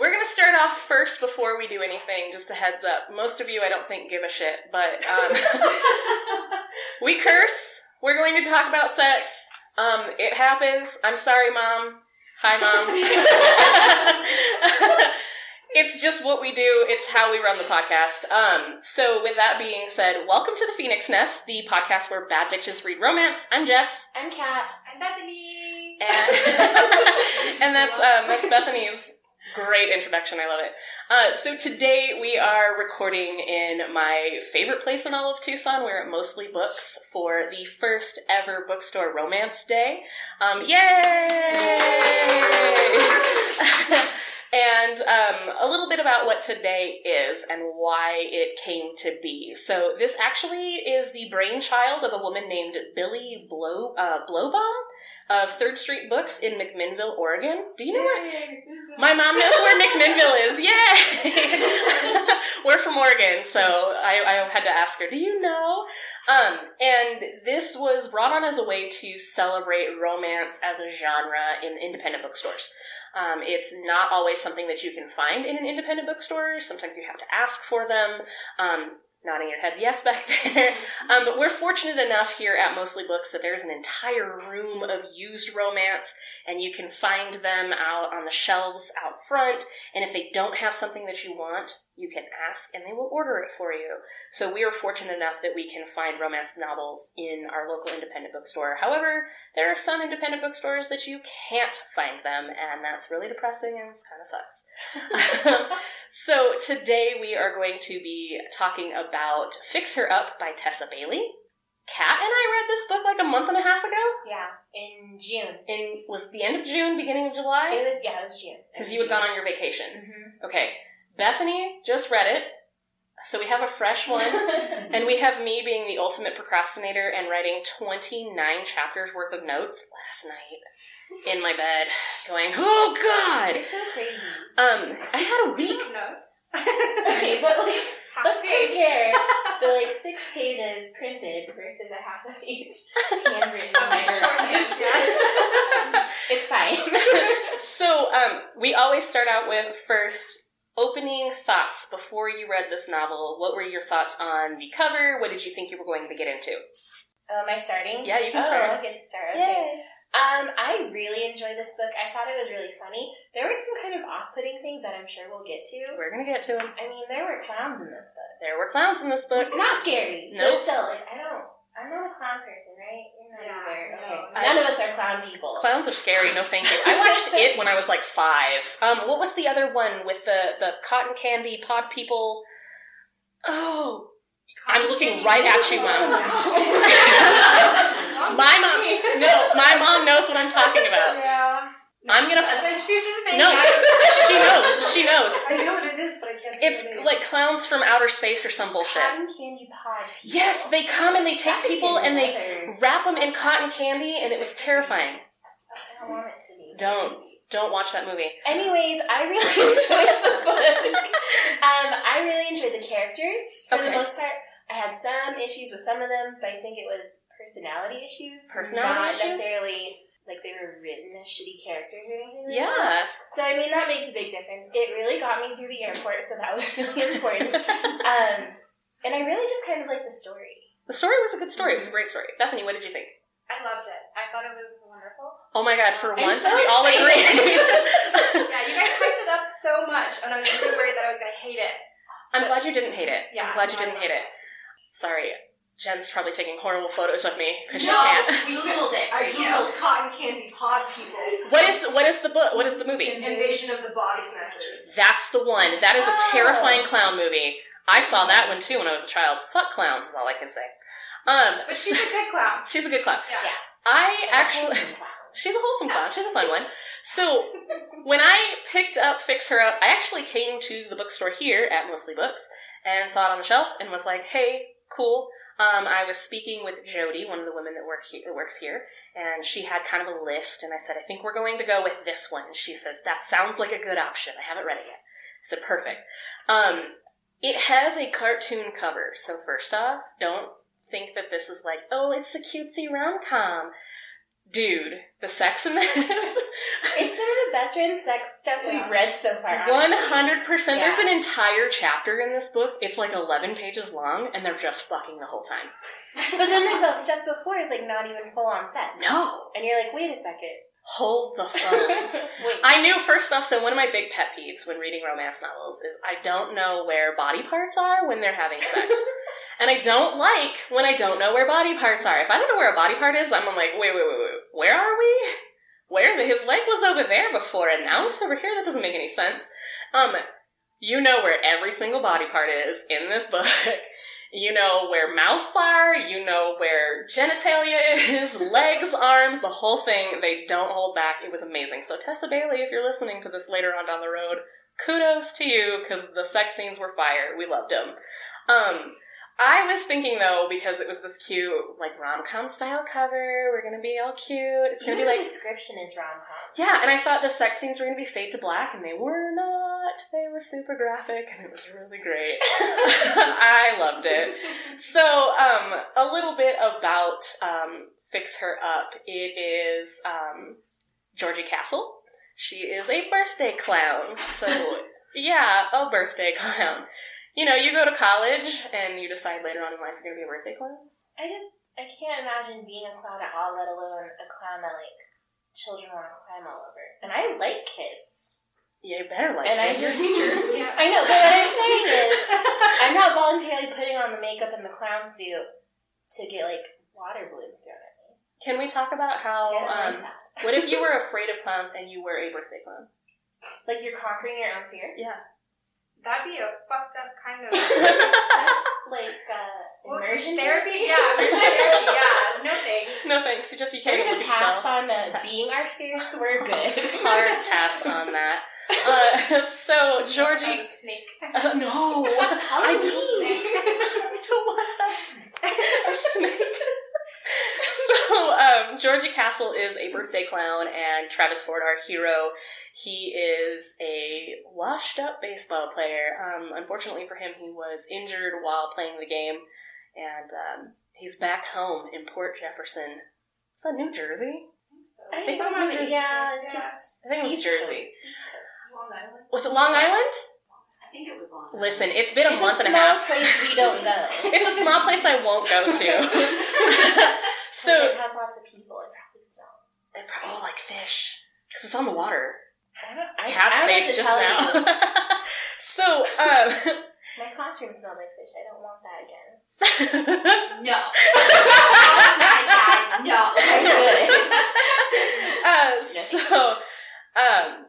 We're gonna start off first before we do anything. Just a heads up. Most of you, I don't think, give a shit, but um, we curse. We're going to talk about sex. Um, it happens. I'm sorry, mom. Hi, mom. it's just what we do. It's how we run the podcast. Um, so with that being said, welcome to the Phoenix Nest, the podcast where bad bitches read romance. I'm Jess. I'm Kat. I'm Bethany. and, and that's um, that's Bethany's great introduction. I love it. Uh, so today we are recording in my favorite place in all of Tucson. We're at Mostly Books for the first ever bookstore romance day. Um, yay! And um, a little bit about what today is and why it came to be. So this actually is the brainchild of a woman named Billy Blow uh, Blowbaum of Third Street Books in McMinnville, Oregon. Do you know where? My mom knows where McMinnville is. Yay! We're from Oregon, so I, I had to ask her. Do you know? Um, and this was brought on as a way to celebrate romance as a genre in independent bookstores. Um, it's not always something that you can find in an independent bookstore. Sometimes you have to ask for them. Um, nodding your head yes back there. Um, but we're fortunate enough here at Mostly Books that there's an entire room of used romance, and you can find them out on the shelves out front. And if they don't have something that you want, you can ask and they will order it for you. So we are fortunate enough that we can find romance novels in our local independent bookstore. However, there are some independent bookstores that you can't find them, and that's really depressing and kind of sucks. So today we are going to be talking about Fix Her Up by Tessa Bailey. Kat and I read this book like a month and a half ago. yeah, in June. And was it the end of June, beginning of July? It was yeah, it was June. Because you had gone on your vacation. Mm-hmm. Okay. Bethany just read it. So we have a fresh one. and we have me being the ultimate procrastinator and writing 29 chapters worth of notes last night in my bed, going, oh You're god! so crazy. Um, I had a week. notes. Okay, but like, Half let's page. compare the like six pages printed versus a half a page handwritten. Of my letter. shorthand, yeah. it's fine. so um, we always start out with first opening thoughts before you read this novel. What were your thoughts on the cover? What did you think you were going to get into? Oh, am I starting? Yeah, you can oh, start. I get to start. Okay. Um, I really enjoyed this book. I thought it was really funny. There were some kind of off-putting things that I'm sure we'll get to. We're gonna get to them. I mean, there were clowns in this book. There were clowns in this book. not scary. No. But still, like I don't. I'm not a clown person, right? You're not Yeah, either. no. Okay. I- None of us are clown people. Clowns are scary. No, thank you. I watched it when I was like five. Um, what was the other one with the the cotton candy pod people? Oh, I'm looking right at you, Mom. My mom. No, my mom knows what I'm talking about. Yeah. I'm gonna- So she's just making No, eyes. she knows. She knows. I know what it is, but I can't. think It's of the name. like clowns from outer space or some bullshit. Cotton candy pod. people. Yes, they come and they That take could be people and they another- wrap them in cotton candy, and it was terrifying. I don't want it to be. Don't. Don't watch that movie. Anyways, I really enjoyed the book. Um, I really enjoyed the characters for the Okay. most part. I had some issues with some of them, but I think it was personality issues, Personality not issues? necessarily like they were written as shitty characters or anything. like that. Yeah. So I mean that makes a big difference. It really got me through the airport, so that was really important. um, and I really just kind of like the story. The story was a good story. It was a great story. Bethany, what did you think? I loved it. I thought it was wonderful. Oh my god, for I'm once so we all agree. excited. Yeah, you guys hyped it up so much, and I was really worried that I was gonna hate it. I'm glad you didn't hate it. Yeah, I'm glad you no, didn't I hate it. Sorry. Jen's probably taking horrible photos of me because she No. can't. We Googled it. I Googled cotton candy pod people. What is what is the book? What is the movie? Invasion of the Body Snatchers. That's the one. That is a terrifying Oh. clown movie. I saw that one too when I was a child. Fuck clowns is all I can say. Um, But she's a good clown. she's a good clown. Yeah. Yeah. I And the actually, wholesome clown. she's a wholesome clown. She's a fun one. So when I picked up Fix Her Up, I actually came to the bookstore here at Mostly Books and saw it on the shelf and was like, hey, cool. Um, I was speaking with Jody, one of the women that work he- that works here, and she had kind of a list, and I said, I think we're going to go with this one. And she says, that sounds like a good option. I haven't read it yet. I said, perfect. Um, it has a cartoon cover, so first off, don't think that this is like, oh, it's a cutesy rom-com. dude, the sex in this. It's some of the best written sex stuff Yeah. we've read so far. One honestly. hundred percent. There's Yeah. an entire chapter in this book. It's like eleven pages long, and they're just fucking the whole time. But then like the stuff before is like not even full on sex. No, And you're like, wait a second. hold the phones. wait. I knew first off. So one of my big pet peeves when reading romance novels is I don't know where body parts are when they're having sex, and I don't like when I don't know where body parts are. If I don't know where a body part is, I'm like, wait, wait, wait, wait, where are we? Where the, his leg was over there before, and now it's over here. That doesn't make any sense. Um, you know where every single body part is in this book. You know where mouths are, you know where genitalia is, legs, arms, the whole thing. They don't hold back. It was amazing. So, Tessa Bailey, if you're listening to this later on down the road, kudos to you because the sex scenes were fire. We loved them. Um, I was thinking though, because it was this cute, like rom com style cover, we're gonna be all cute. It's gonna Even be like the description is rom com. yeah, and I thought the sex scenes were going to be fade to black, and they were not. They were super graphic, and it was really great. I loved it. So, um, a little bit about um, Fix Her Up. It is um, Georgie Castle. She is a birthday clown. So, yeah, a birthday clown. You know, you go to college and you decide later on in life you're going to be a birthday clown. I just I can't imagine being a clown at all, let alone a clown that like children want to climb all over. And I like kids. Yeah, you better like and I it. just Yeah. I know, but what I'm saying is I'm not voluntarily putting on the makeup and the clown suit to get like water balloons thrown at me. Can we talk about how. I don't um, like that. What if you were afraid of clowns and you were a birthday clown? Like you're conquering your own fear. Yeah. That'd be a fucked up kind of Like uh, Well, immersion therapy. Yeah, immersion therapy. Yeah, no thanks. no thanks. You just you We're can't even gonna look pass at yourself. on uh, being our spirits. We're good. Hard pass on that. Uh, so As Georgie, a snake. uh, no, I don't. I don't want to have a snake. So, um, Georgie Castle is a birthday clown, and Travis Ford, our hero, he is a washed up baseball player. Um, unfortunately for him, he was injured while playing the game, and um, he's back home in Port Jefferson. Is that New Jersey? I think think it's some on of the it, East yeah, Coast, yeah. just I think it was East Jersey. Coast, East Coast. Long Island. Was it Long Island? I think it was Long Island. Listen, it's been a it's month a and a small half. place we don't go. It's a small place I won't go to. so it has lots of people. It probably smells. They probably all like fish because it's on the water. I don't. I, Cat I don't know what space to just tell now. you. so, um, My classroom smelled like fish. I don't want that again. No. oh my god, no. uh, so, um,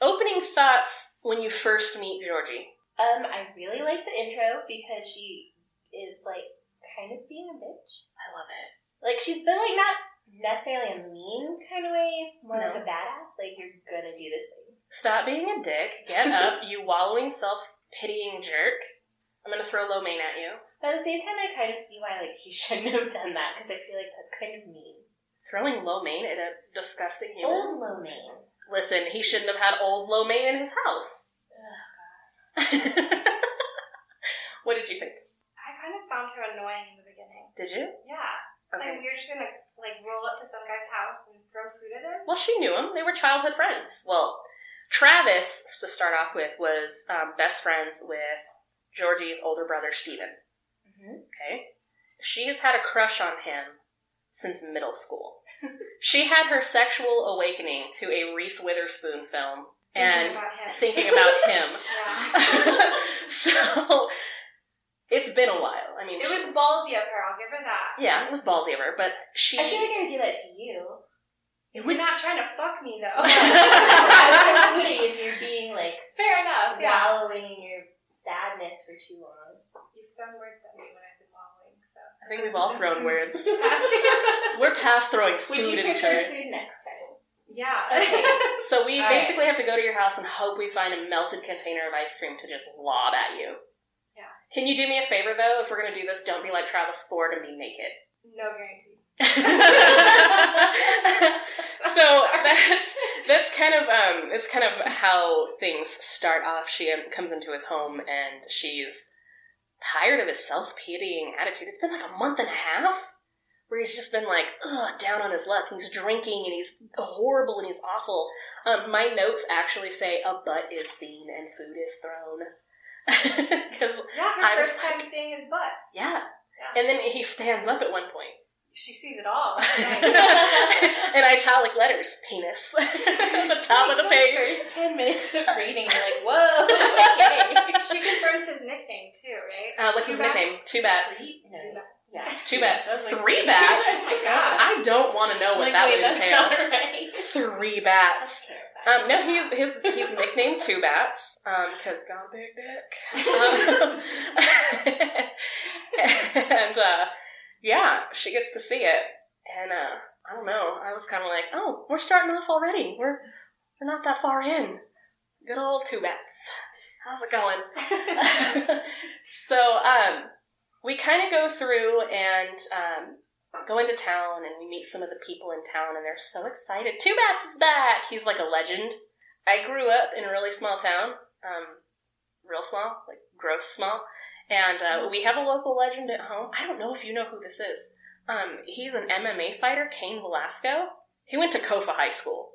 opening thoughts when you first meet Georgie. Um, I really like the intro because she is like kind of being a bitch. I love it. Like she's been like not necessarily a mean kind of way, more No. like a badass. Like you're gonna do this thing. Stop being a dick. Get up, you wallowing, self pitying jerk. I'm gonna throw lo mein at you. But at the same time, I kind of see why like she shouldn't have done that because I feel like that's kind of mean. Throwing lo mein at a disgusting human. Old low main. Listen, he shouldn't have had old lo mein in his house. what did you think? I kind of found her annoying in the beginning. Did you? Yeah, Okay. like we were just gonna like roll up to some guy's house and throw food at him. Well, she knew him. They were childhood friends. Well, Travis, to start off with, was um, best friends with Georgie's older brother, Steven. Mhm. Okay? She has had a crush on him since middle school. she had her sexual awakening to a Reese Witherspoon film and about him. thinking about him. yeah. so it's been a while. I mean, It was ballsy of her. I'll give her that. yeah, it was ballsy of her, but she. I feel like I would do that to you. it You're would not trying to fuck me though. I would do it if you're being like Fair enough. Yeah. wallowing in your sadness for too long. You've thrown words at me when I've been wallowing, so. I think we've all thrown words. yeah. We're past throwing food Would you at each prefer other, food next time? Okay. so we All right. basically have to go to your house and hope we find a melted container of ice cream to just lob at you. Yeah. Can you do me a favor though? If we're gonna do this, don't be like Travis Ford and be naked. No guarantees. so that's that's kind of um it's kind of how things start off. She um, comes into his home and she's tired of his self pitying attitude. It's been like a month and a half. where he's just been like Ugh, down on his luck and he's drinking and he's horrible and he's awful. Um, my notes actually say a butt is seen and food is thrown because Yeah, her I was first time seeing his butt. yeah. And then he stands up at one point. She sees it all. in Right. italic letters, penis. the top of Like, the page. First ten minutes of reading, you're like, whoa, okay. she confirms his nickname too, right? Uh, what's his Two bats? nickname? Two bats. Three- two bats. Yeah, two bats. Three bats. Oh my god. I don't want to know what like, that wait, would that's entail. not right. Three bats. That's terrifying. Um, no, he's his he's nicknamed Two Bats because gone big dick. Um, and uh, yeah, she gets to see it, and uh, I don't know. I was kind of like, oh, we're starting off already. We're we're not that far in. Good old Two Bats. How's it going? so um, we kind of go through and um, go into town and we meet some of the people in town and they're so excited. Two Bats is back. He's like a legend. I grew up in a really small town, um, real small, like gross small, and uh, we have a local legend at home. I don't know if you know who this is. Um, he's an MMA fighter, Kane Velasco. He went to Kofa High School.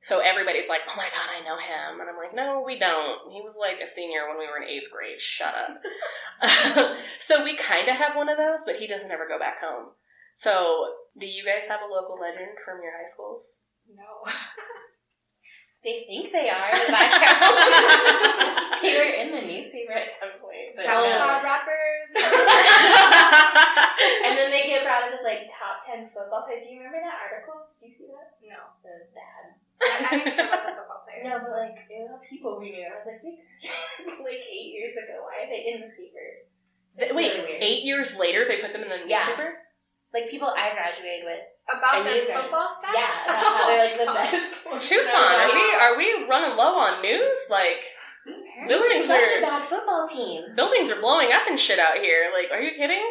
So everybody's like, oh my god, I know him. And I'm like, no, we don't. He was like a senior when we were in eighth grade. Shut up. so we kind of have one of those, but he doesn't ever go back home. So, do you guys have a local legend from your high schools? No. They think they are, but I count. they were in the newspaper at some point. But So- no. SoundCloud rappers. And then they get brought up as like top ten football players. Do you remember that article? Did you see that? No. That was bad. I, I didn't know about the football players. No, but like it was people we knew. I was like, they- like eight years ago. Why are they in the paper? Th- Wait, eight years later they put them in the Yeah. newspaper? Like people I graduated with. About I knew the them. football stats? Yeah, about how they're like the Oh, best. Tucson, are we are we running low on news? Like They're buildings such a are bad football team. buildings are blowing up and shit out here. Like, are you kidding?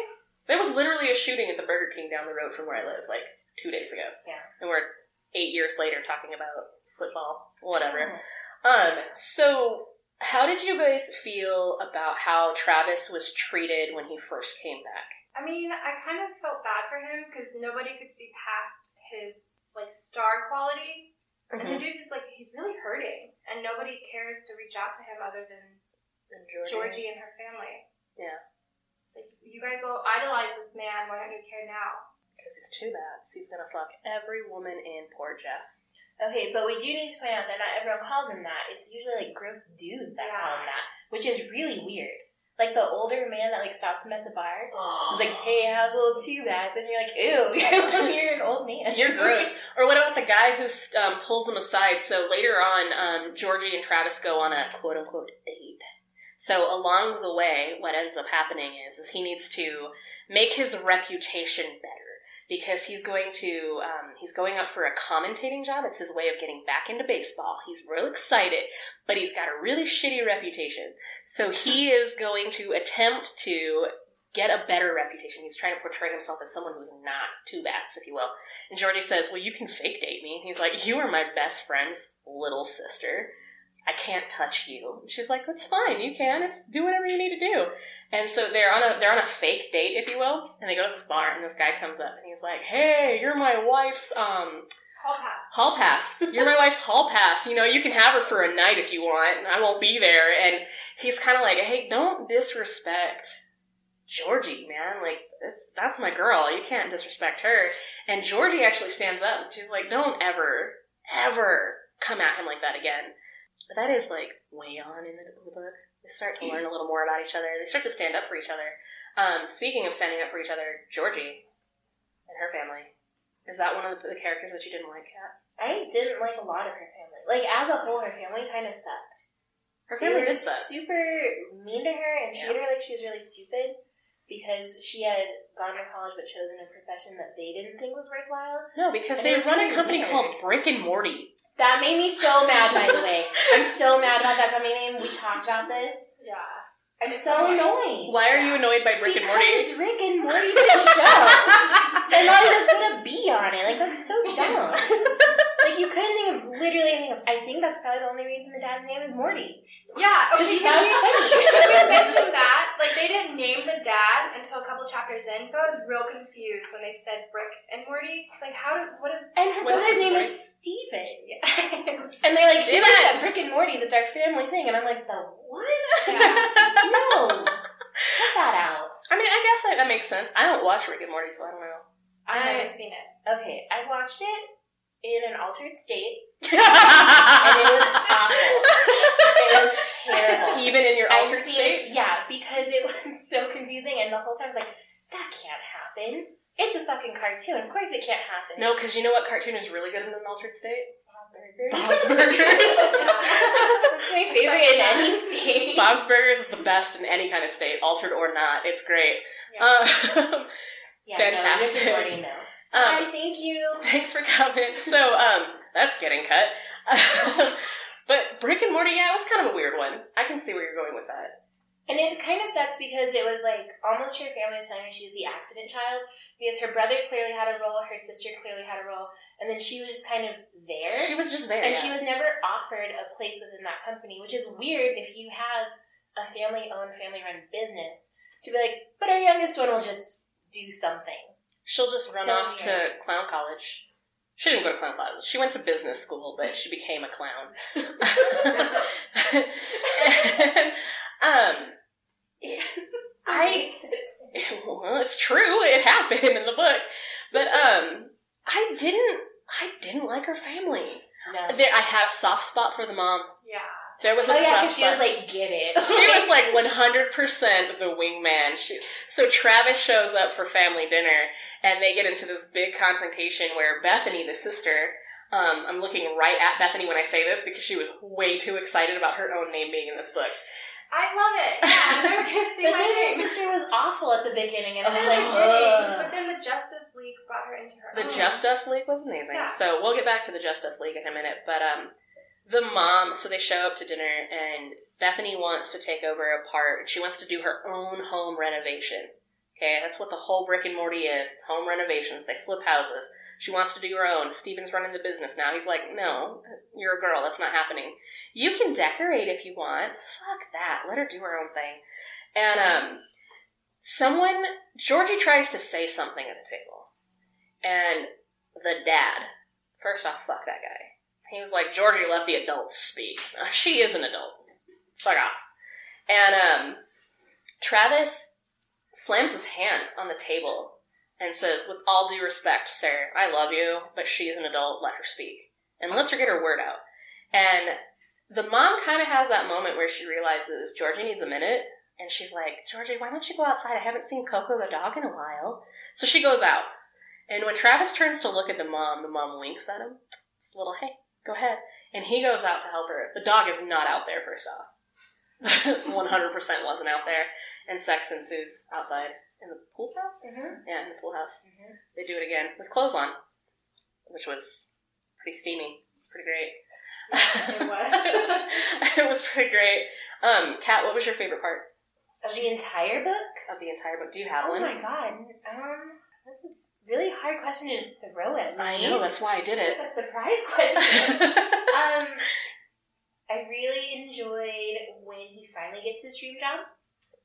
There was literally a shooting at the Burger King down the road from where I live, like two days ago. Yeah. And we're eight years later talking about football. Whatever. Um, so how did you guys feel about how Travis was treated when he first came back? I mean, I kind of felt bad for him because nobody could see past his like star quality. And Mm-hmm. the dude is like he's really hurting, and nobody cares to reach out to him other than And Jordan- Georgie and her family. Yeah. It's Like you guys all idolize this man. Why don't you care now? Because he's two bats. He's gonna fuck every woman in poor Jeff. Okay, but we do need to point out that not everyone calls him that. It's usually like gross dudes that call him that, which is really weird. Like the older man that like stops him at the bar. Oh. He's like, hey, how's little two bats? And you're like, ew, you're an old man. You're gross. Or what about the guy who um, pulls him aside? So later on, um, Georgie and Travis go on a quote unquote date. So along the way, what ends up happening is, is he needs to make his reputation better because he's going to um, he's going up for a commentating job. It's his way of getting back into baseball. He's real excited, but he's got a really shitty reputation. So he is going to attempt to get a better reputation. He's trying to portray himself as someone who's not two bats, if you will. And Jordy says, Well, you can fake date me. And he's like, You are my best friend's little sister. I can't touch you. And she's like, That's fine, you can. It's do whatever you need to do. And so they're on a they're on a fake date, if you will, and they go to this bar and this guy comes up and he's like, Hey, you're my wife's um Hall pass. hall pass. You're my wife's hall pass. You know, you can have her for a night if you want, and I won't be there. And he's kind of like, hey, don't disrespect Georgie, man. Like, that's, that's my girl. You can't disrespect her. And Georgie actually stands up. and She's like, don't ever, ever come at him like that again. But that is like way on in the, in the book. They start to learn a little more about each other. They start to stand up for each other. Um, speaking of standing up for each other, Georgie and her family. Is that one of the the characters that you didn't like, Kat? I didn't like a lot of her family. Like as a whole, her family kind of sucked. Her They family were did suck. super mean to her and treated her like she was really stupid because she had gone to college but chosen a profession that they didn't think was worthwhile. No, because And they it was run a really company weird. called Brick and Morty. That made me so mad. By the way, I'm so mad about that company name. We talked about this. Yeah. I'm so annoyed. Why are you annoyed by Brick and because Morty? it's Rick and Morty the show. and now you just put a B on it. Like that's so dumb. Like you couldn't think of literally anything else. I think that's probably the only reason the dad's name is Morty. Yeah, okay. Because he can found we- Spidey. Can we mention that? Like, they didn't name the dad until a couple chapters in, so I was real confused when they said Rick and Morty. Like, how do, what is, And her What is his brother's name name? is Steven. yeah. And they're like, he Steven! works at Brick and Morty's, it's our family thing. And I'm like, the what? no. Cut that out. I mean, I guess that, that makes sense. I don't watch Rick and Morty, so I don't I- I've never seen it. Okay, I watched it in an altered state, and it was know. awful. It was terrible. Even in your I've altered seen- state? Yeah, because it was so confusing, and the whole time I was like, that can't happen. It's a fucking cartoon. Of course it can't happen. No, because you know what cartoon is really good in an altered state? Bob Burgers. Bob's Burgers. That's my favorite in any state. Bob's Burgers is the best in any kind of state, altered or not. It's great. Um, Yeah, Fantastic. No, Rick and Morty, no. um, Hi, thank you. thanks for coming. So, um, that's getting cut. but Brick and Morty, yeah, it was kind of a weird one. I can see where you're going with that. And it kind of sucks because it was like almost her family was telling her she was the accident child because her brother clearly had a role, her sister clearly had a role, and then she was just kind of there. She was just there. and yeah. she was never offered a place within that company, which is weird if you have a family owned, family run business to be like, but our youngest one will just do something. She'll just run So off to weird. clown college. She didn't go to clown college. She went to business school, but she became a clown. And, um, I well, it's true. It happened in the book, but um, I didn't. I didn't like her family. No. There, I had a soft spot for the mom. Yeah. There was a Oh yeah, soft because she spot. was like, get it. she was like 100% the wingman. She, so Travis shows up for family dinner, and they get into this big confrontation where Bethany, the sister, um, I'm looking right at Bethany when I say this because she was way too excited about her own name being in this book. I love it. Yeah, I'm never going to see But my then her name. sister was awful at the beginning, and I was But like, then they didn't. Ugh. But then the Justice League brought her into her The own. Oh, Just Us League was amazing. Yeah. So we'll get back to the Just Us League in a minute. But um, the mom, so they show up to dinner, and Bethany wants to take over a part, and she wants to do her own home renovation. Okay, that's what the whole Brick and Morty is. It's home renovations. They flip houses. She wants to do her own. Steven's running the business now. He's like, no, you're a girl. That's not happening. You can decorate if you want. Fuck that. Let her do her own thing. And um, someone, Georgie tries to say something at the table. And the dad, first off, fuck that guy. He was like, Georgie, let the adults speak. Uh, She is an adult. Fuck off. And um, Travis slams his hand on the table and says, With all due respect, sir, I love you, but she is an adult. Let her speak. And lets her get her word out. And the mom kind of has that moment where she realizes Georgie needs a minute. And she's like, Georgie, why don't you go outside? I haven't seen Coco the dog in a while. So she goes out. And when Travis turns to look at the mom, the mom winks at him. It's a little, hey, go ahead. And he goes out to help her. The dog is not out there, first off. 100% wasn't out there. And sex ensues outside in the pool house? Mhm. Yeah, in the pool house. Mhm. They do it again with clothes on, which was pretty steamy. It was pretty great. It was. it was pretty great. Um, Kat, what was your favorite part Of the entire book? of the entire book? Do you have Oh one? my god. Um, that's a really hard question to just throw at me. I know, that's why I did it. a surprise question. um, I really enjoyed when he finally gets his dream job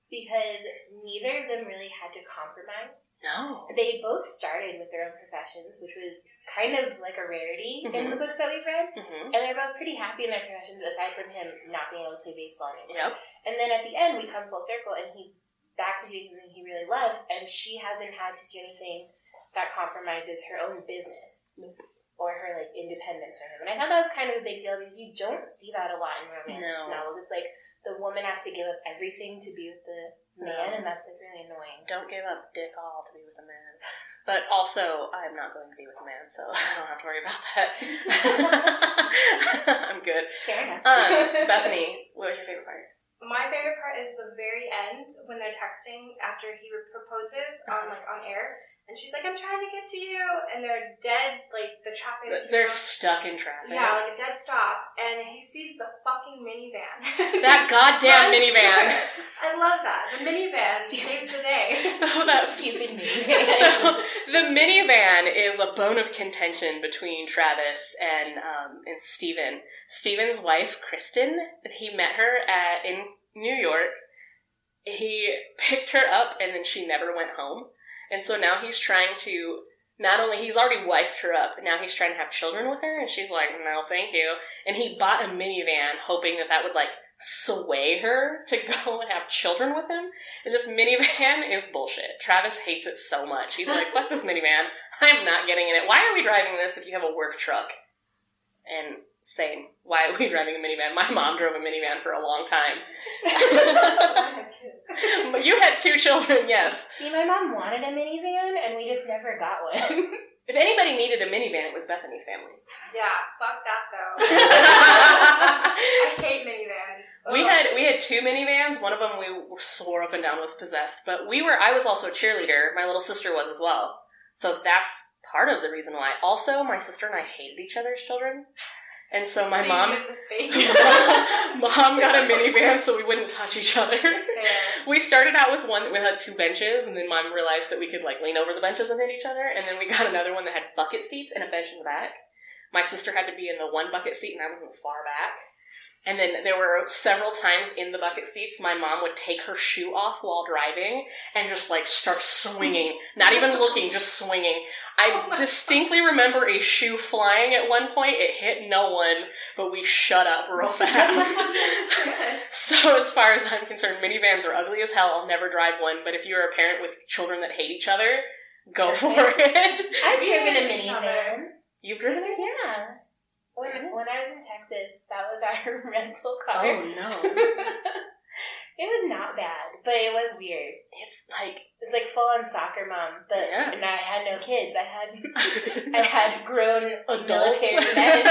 because neither of them really had to compromise. no. They both started with their own professions, which was kind of like a rarity in the books that we've read. hmm And they're both pretty happy in their professions, aside from him not being able to play baseball anymore. Yep. And then at the end, we come full circle, and he's back to doing something he really loves, and she hasn't had to do anything that compromises her own business or her like independence from him. And I thought that was kind of a big deal because you don't see that a lot in romance No. novels. It's like the woman has to give up everything to be with the man, No. and that's like really annoying. Don't give up dick all to be with a man. But also, I'm not going to be with a man, so I don't have to worry about that. I'm good. Fair enough. Um, Bethany, what was your favorite part? My favorite part is the very end when they're texting after he proposes on like on air, and she's like, "I'm trying to get to you," and they're dead, like the traffic. But They're stuck in traffic. yeah, like a dead stop, and he sees the fucking minivan. That goddamn Runs minivan. through. I love that. The minivan saves the day. Oh, that's- Stupid movie. so, the minivan is a bone of contention between Travis and um, and Steven. Steven's wife, Kristen, he met her at in New York. He picked her up and then she never went home. And so now he's trying to not only he's already wifed her up, now he's trying to have children with her, and she's like, "No, thank you." And he bought a minivan, hoping that that would like sway her to go and have children with him. And this minivan is bullshit. Travis hates it so much. He's like, "Fuck this minivan! I'm not getting in it. Why are we driving this if you have a work truck?" And same. Why are we driving a minivan? My mom drove a minivan for a long time. But you had two children, yes. See, my mom wanted a minivan, and we just never got one. If anybody needed a minivan, it was Bethany's family. Yeah, fuck that though. I hate minivans. we Ugh. had we had two minivans. One of them we swore up and down was possessed, but we were. I was also a cheerleader. My little sister was as well. So that's part of the reason why. Also, my sister and I hated each other's children, and so my So you mom needed the space. mom got a minivan so we wouldn't touch each other. Fair. We started out with one that had two benches, and then mom realized that we could like lean over the benches and hit each other, and then we got another one that had bucket seats and a bench in the back. My sister had to be in the one bucket seat, and I was in the far back. And then there were several times in the bucket seats, my mom would take her shoe off while driving and just like start swinging, not even looking, just swinging. I distinctly remember a shoe flying at one point. It hit no one, but we shut up real fast. Good. So, as far as I'm concerned, minivans are ugly as hell. I'll never drive one, but if you're a parent with children that hate each other, go for it. I've We driven a hated each minivan. other. You've driven it? Yeah. When, Really? when I was in Texas, that was our rental car. Oh, no. It was not bad, but it was weird. It's like, It was like full on soccer mom, but Yeah. and I had no kids. I had I had grown adults military men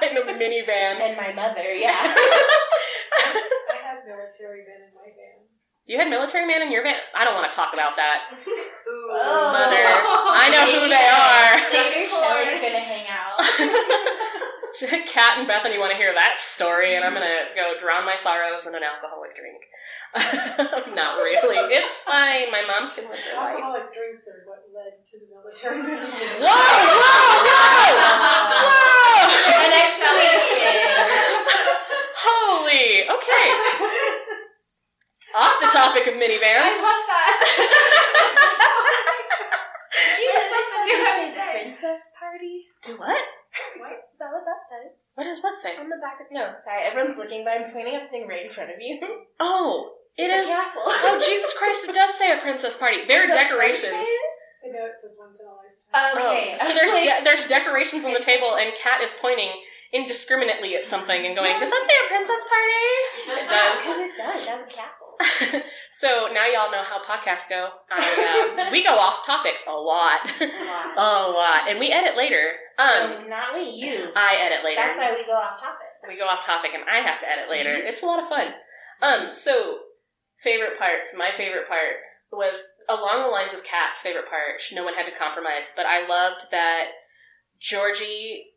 in a minivan. and my mother. Yeah, I have military men in my van. You had military man in your van? I don't want to talk about that. Ooh, Oh. Mother. I know who they later Lord. Shelly's gonna hang out. are. Kat and Bethany want to hear that story, and I'm going to go drown my sorrows in an alcoholic drink. Not really. It's fine. My mom can live her life. Alcoholic drinks are what led to the military. Whoa, whoa, whoa! Whoa! An explanation. Holy! Okay. Off the topic of I minivans. love that. Did you realize There's that something new we said every day. princess party? Do what? Is that what that says? What does what say? On the back of no, sorry, everyone's looking, but I'm pointing at the thing right in front of you. Oh, it is. it's a castle. Oh, Jesus Christ! It does say a princess party. There are Is that decorations. sunset? I know it says once in a lifetime. Okay, Oh. So there's de- there's decorations on the table, and Kat is pointing indiscriminately at something and going, "Does that say a princess party?" It does. Um, Because it does. That's a castle. so now y'all know how podcasts go. I, um, we go off topic a lot, Wow. a lot, and we edit later. Um, Um, not with you. I edit later. That's why Mhm. we go off topic. we go off topic and I have to edit later. It's a lot of fun. Um, so favorite parts, my favorite part was along the lines of Kat's favorite part. sh- No one had to compromise, but I loved that Georgie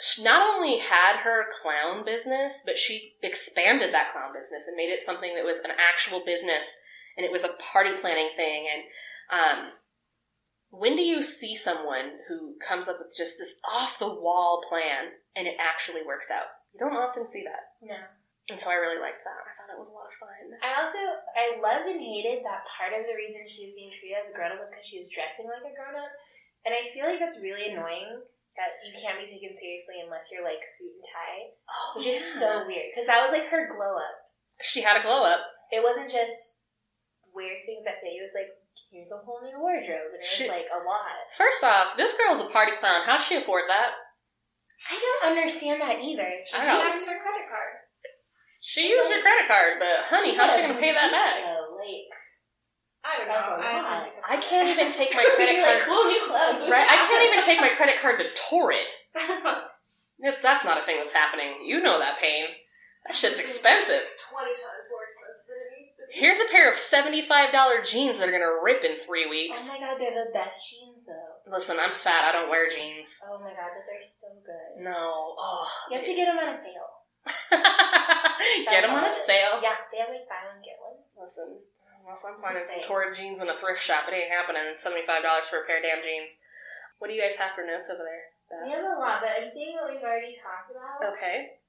sh- not only had her clown business, but she expanded that clown business and made it something that was an actual business and it was a party planning thing and um when do you see someone who comes up with just this off the wall plan and it actually works out? You don't often see that. No. And so I really liked that. I thought it was a lot of fun. I also I loved and hated that part of the reason she was being treated as a grown up was because she was dressing like a grown up, and I feel like that's really annoying that you can't be taken seriously unless you're like suit and tie, Oh, which is so weird because that was like her glow up. She had a glow up. It wasn't just wear things that fit. It was like here's a whole new wardrobe, and it was She- like a lot. First off, this girl's a party clown. How'd she afford that? I don't understand that either. She I don't know. asked for a credit card. She used her credit card, but honey, She's how's got she a gonna pay that back? boutique, though, like- I don't That's know. a I don't lot. think I can't even take my credit You're card. like, cool new club. right? I can't even take my credit card to Torrid. about That's, that's not a thing that's happening. You know that pain. That shit's expensive. Twenty times more expensive than it needs to be. Here's a pair of $75 jeans that are gonna rip in three Oh weeks. my god, they're the best jeans though. Listen, I'm fat. I don't wear jeans. Oh my god, but they're so good. No. Oh. You have to get them on a sale. Get them on a That's all it is. sale. Yeah, they have like buy one get one. Listen, unless I'm finding some Same. torrid jeans in a thrift shop, it ain't happening. Seventy five dollars for a pair of damn jeans. What do you guys have for notes over there? Uh, We have a lot, but I'm seeing what we've already talked about Okay,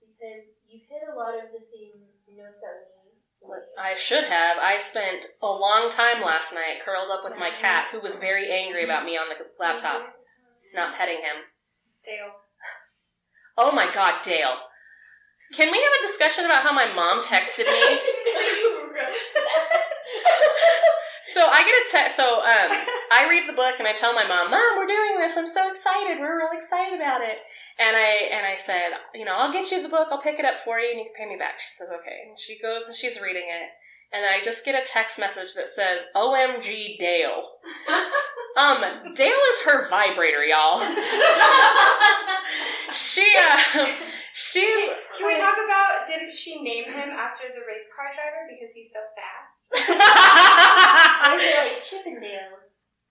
because you've hit a lot of the same notes that we made. I should have. I spent a long time last night curled up with my cat, who was very angry about me on the Mm-hmm. laptop, not petting him. Dale. Oh my god, Dale. Can we have a discussion about how my mom texted me? so I get a text. So um, I read the book and I tell my mom, "Mom, we're doing this. I'm so excited. We're real excited about it." And I and I said, "You know, I'll get you the book. I'll pick it up for you, and you can pay me back." She says, "Okay." And she goes and she's reading it, and I just get a text message that says, "OMG, Dale." um, Dale is her vibrator, y'all. she uh, she's Can we talk about didn't she name him after the race car driver because he's so fast? I okay, feel like Chippendales.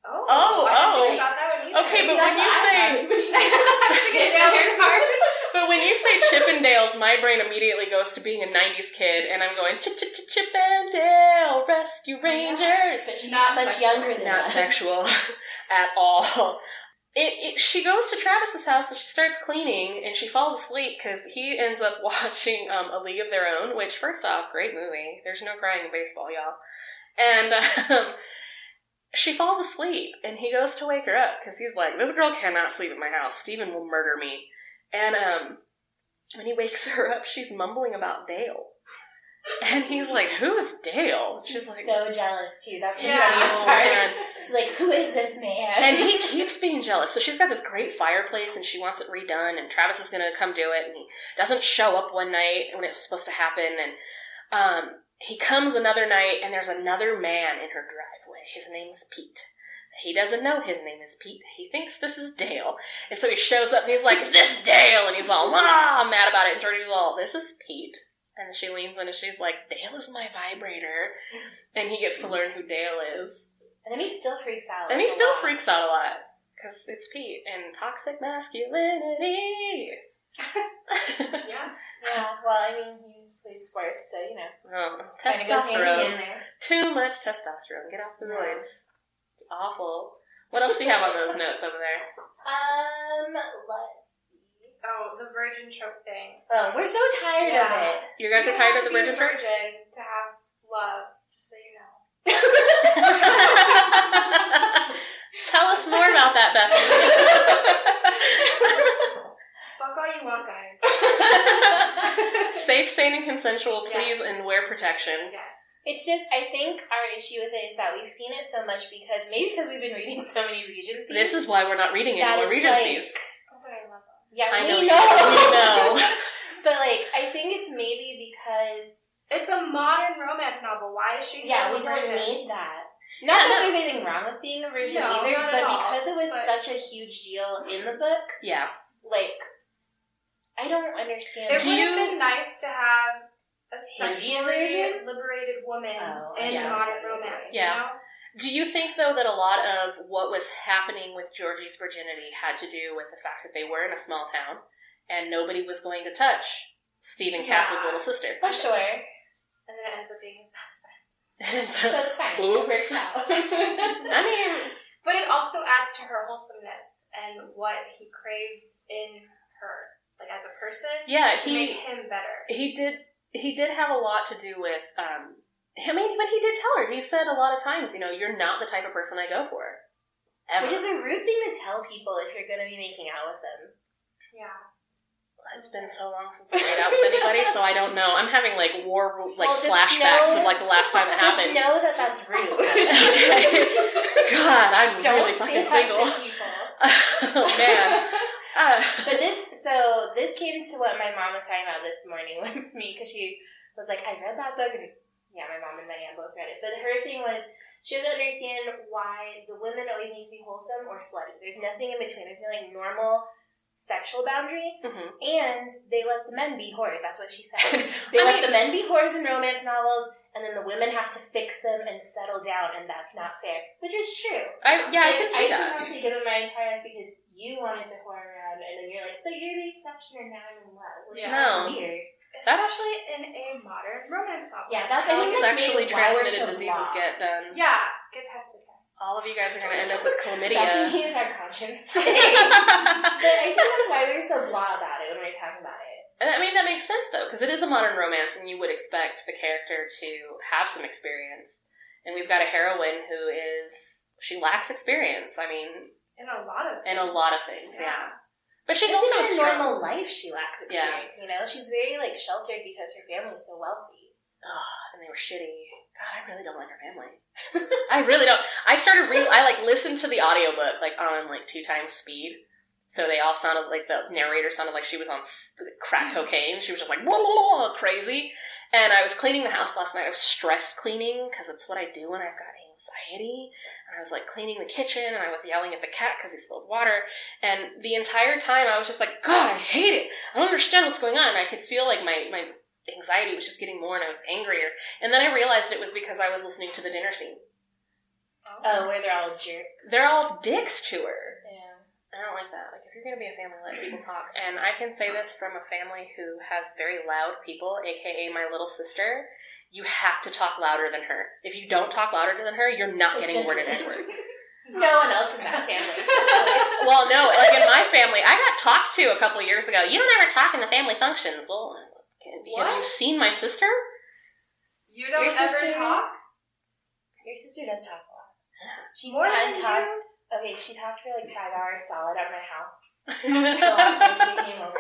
Oh, Oh, I didn't oh. think about that one either. but See, when that's you what I say thought. Get down there, Mark. But when you say Chippendales, my brain immediately goes to being a 90s kid, and I'm going, Chip, Chip, Chip, Chippendale, Rescue Rangers. But she's Not much sexual. younger than Not us. sexual at all. It, it, she goes to Travis's house and she starts cleaning, and she falls asleep because he ends up watching um, A League of Their Own, which, first off, great movie. There's no crying in baseball, y'all. And um, she falls asleep, and he goes to wake her up because he's like, This girl cannot sleep at my house. Steven will murder me. And um, when he wakes her up, she's mumbling about Dale. And he's like, Who's Dale? She's She's like, so jealous too. That's the Yeah. funniest "Oh, part. man." She's like, who is this man? And he keeps being jealous. So she's got this great fireplace and she wants it redone, and Travis is going to come do it. And he doesn't show up one night when it was supposed to happen. And um, he comes another night, and there's another man in her driveway. His name's Pete. He doesn't know his name is Pete. He thinks this is Dale. And so he shows up and he's like, Is this Dale? And he's all, ah, mad about it. And Jordy's all, This is Pete. And she leans in and she's like, Dale is my vibrator. And he gets to learn who Dale is. And then he still freaks out. And like, he a still lot. freaks out a lot because it's Pete and toxic masculinity. Yeah. Yeah. Well, I mean, he played sports, so you know, oh, kind of goes hand in testosterone. hand there. Too much testosterone. Get off the Yeah. roids. It's awful. What else do you have on those notes over there? Um, let's see. Oh, the virgin trope thing. Oh, we're so tired Yeah. of it. You guys are You tired have of the to be virgin a church? virgin to have love, just so you know. Tell us more about that, Bethany. Fuck all you want, guys. Safe, sane, and consensual. Please Yes. and wear protection. Yes. It's just, I think our issue with it is that we've seen it so much because maybe because we've been reading so many Regencies. This is why we're not reading That anymore. it's Regencies. Oh, but I love them. yeah, I know. we you- know. We know. but like, I think it's maybe because It's a modern romance novel. Why is she Yeah, still we a don't virgin? need that. Not Yeah, that no. there's anything wrong with being a virgin No, either, not at but all, because it was but- such a huge deal in the book, Yeah. like I don't understand. It Do would you- have been nice to have a Indian sexually version? liberated woman Oh, in yeah. modern romance. Yeah. You know? Do you think though that a lot of what was happening with Georgie's virginity had to do with the fact that they were in a small town and nobody was going to touch Stephen Yeah. Cass's little sister? Oh sure, And then it ends up being his best friend. And so so, it's fine. It Oops. works out. I mean, But it also adds to her wholesomeness and what he craves in her, like as a person, yeah, to make he him better. he did he did have a lot to do with. Um, I mean, but he did tell her. He said a lot of times, you know, you're not the type of person I go for. Ever. Which is a rude thing to tell people if you're going to be making out with them. Yeah. It's been so long since I made out with anybody, so I don't know. I'm having like war like Well, just flashbacks know- of like the last time it Just happened. know that that's rude. God, I'm don't really say fucking that single. to people. oh man. Uh, But this, so this came to what my mom was talking about this morning with me because she was like, I read that book, and yeah, my mom and my aunt both read it. But her thing was she doesn't understand why the women always need to be wholesome or slutty. There's nothing in between. There's no like normal sexual boundary, mhm. and they let the men be whores. That's what she said. They let the men be whores in romance novels, and then the women have to fix them and settle down, and that's not fair, which is true. I, yeah, I Like, can see should that. have to give it my entire life because you wanted to whore around, and then you're like, but you're the exception, and now I'm in love. Like, Yeah. Oh. That's No. weird. Is That this actually- in a modern romance novel. Yeah, that's- How I think that's sexually maybe why we're transmitted so diseases raw. get done. yeah. Get tested, guys. All of you guys are going to end up with chlamydia. Bethany is our conscience today. But I think that's why we were so blah about it when we were talking about it. And I mean, that makes sense though, because it is a modern romance, and you would expect the character to have some experience. And we've got a heroine who is she lacks experience. I mean, In a lot of in a things. lot of things, yeah. But she's Just in also her strong. normal life, she lacked Yeah. experience. You know, she's very like sheltered because her family's so wealthy. Ugh, and they were shitty. God, I really don't like her family. I really don't. I started re. I like listened to the audiobook like on like two times speed. So they all sounded like the narrator sounded like she was on s- crack cocaine. She was just like blah, blah, blah, crazy. And I was cleaning the house last night. I was stress cleaning because it's what I do when I've got anxiety. And I was like cleaning the kitchen and I was yelling at the cat because he spilled water. And the entire time I was just like, God, I hate it. I don't understand what's going on. And I could feel like my, my anxiety was just getting more and I was angrier. And then I realized it was because I was listening to the dinner scene. Oh, where they're all jerks. They're all dicks to her. yeah. I don't like that. Like, if you're going to be a family, let people talk. And I can say this from a family who has very loud people, aka my little sister. You have to talk louder than her. If you don't talk louder than her, you're not It getting just worded is. edward. No one else in that family. So, Well, no, like in my family, I got talked to a couple of years ago. You don't ever talk in the family functions. Well, have you What? seen my sister? You don't Your ever sister- talk your sister does talk a lot. She more sat than and you. talked. Okay, she talked for like five hours solid at my house. The last time she and came over.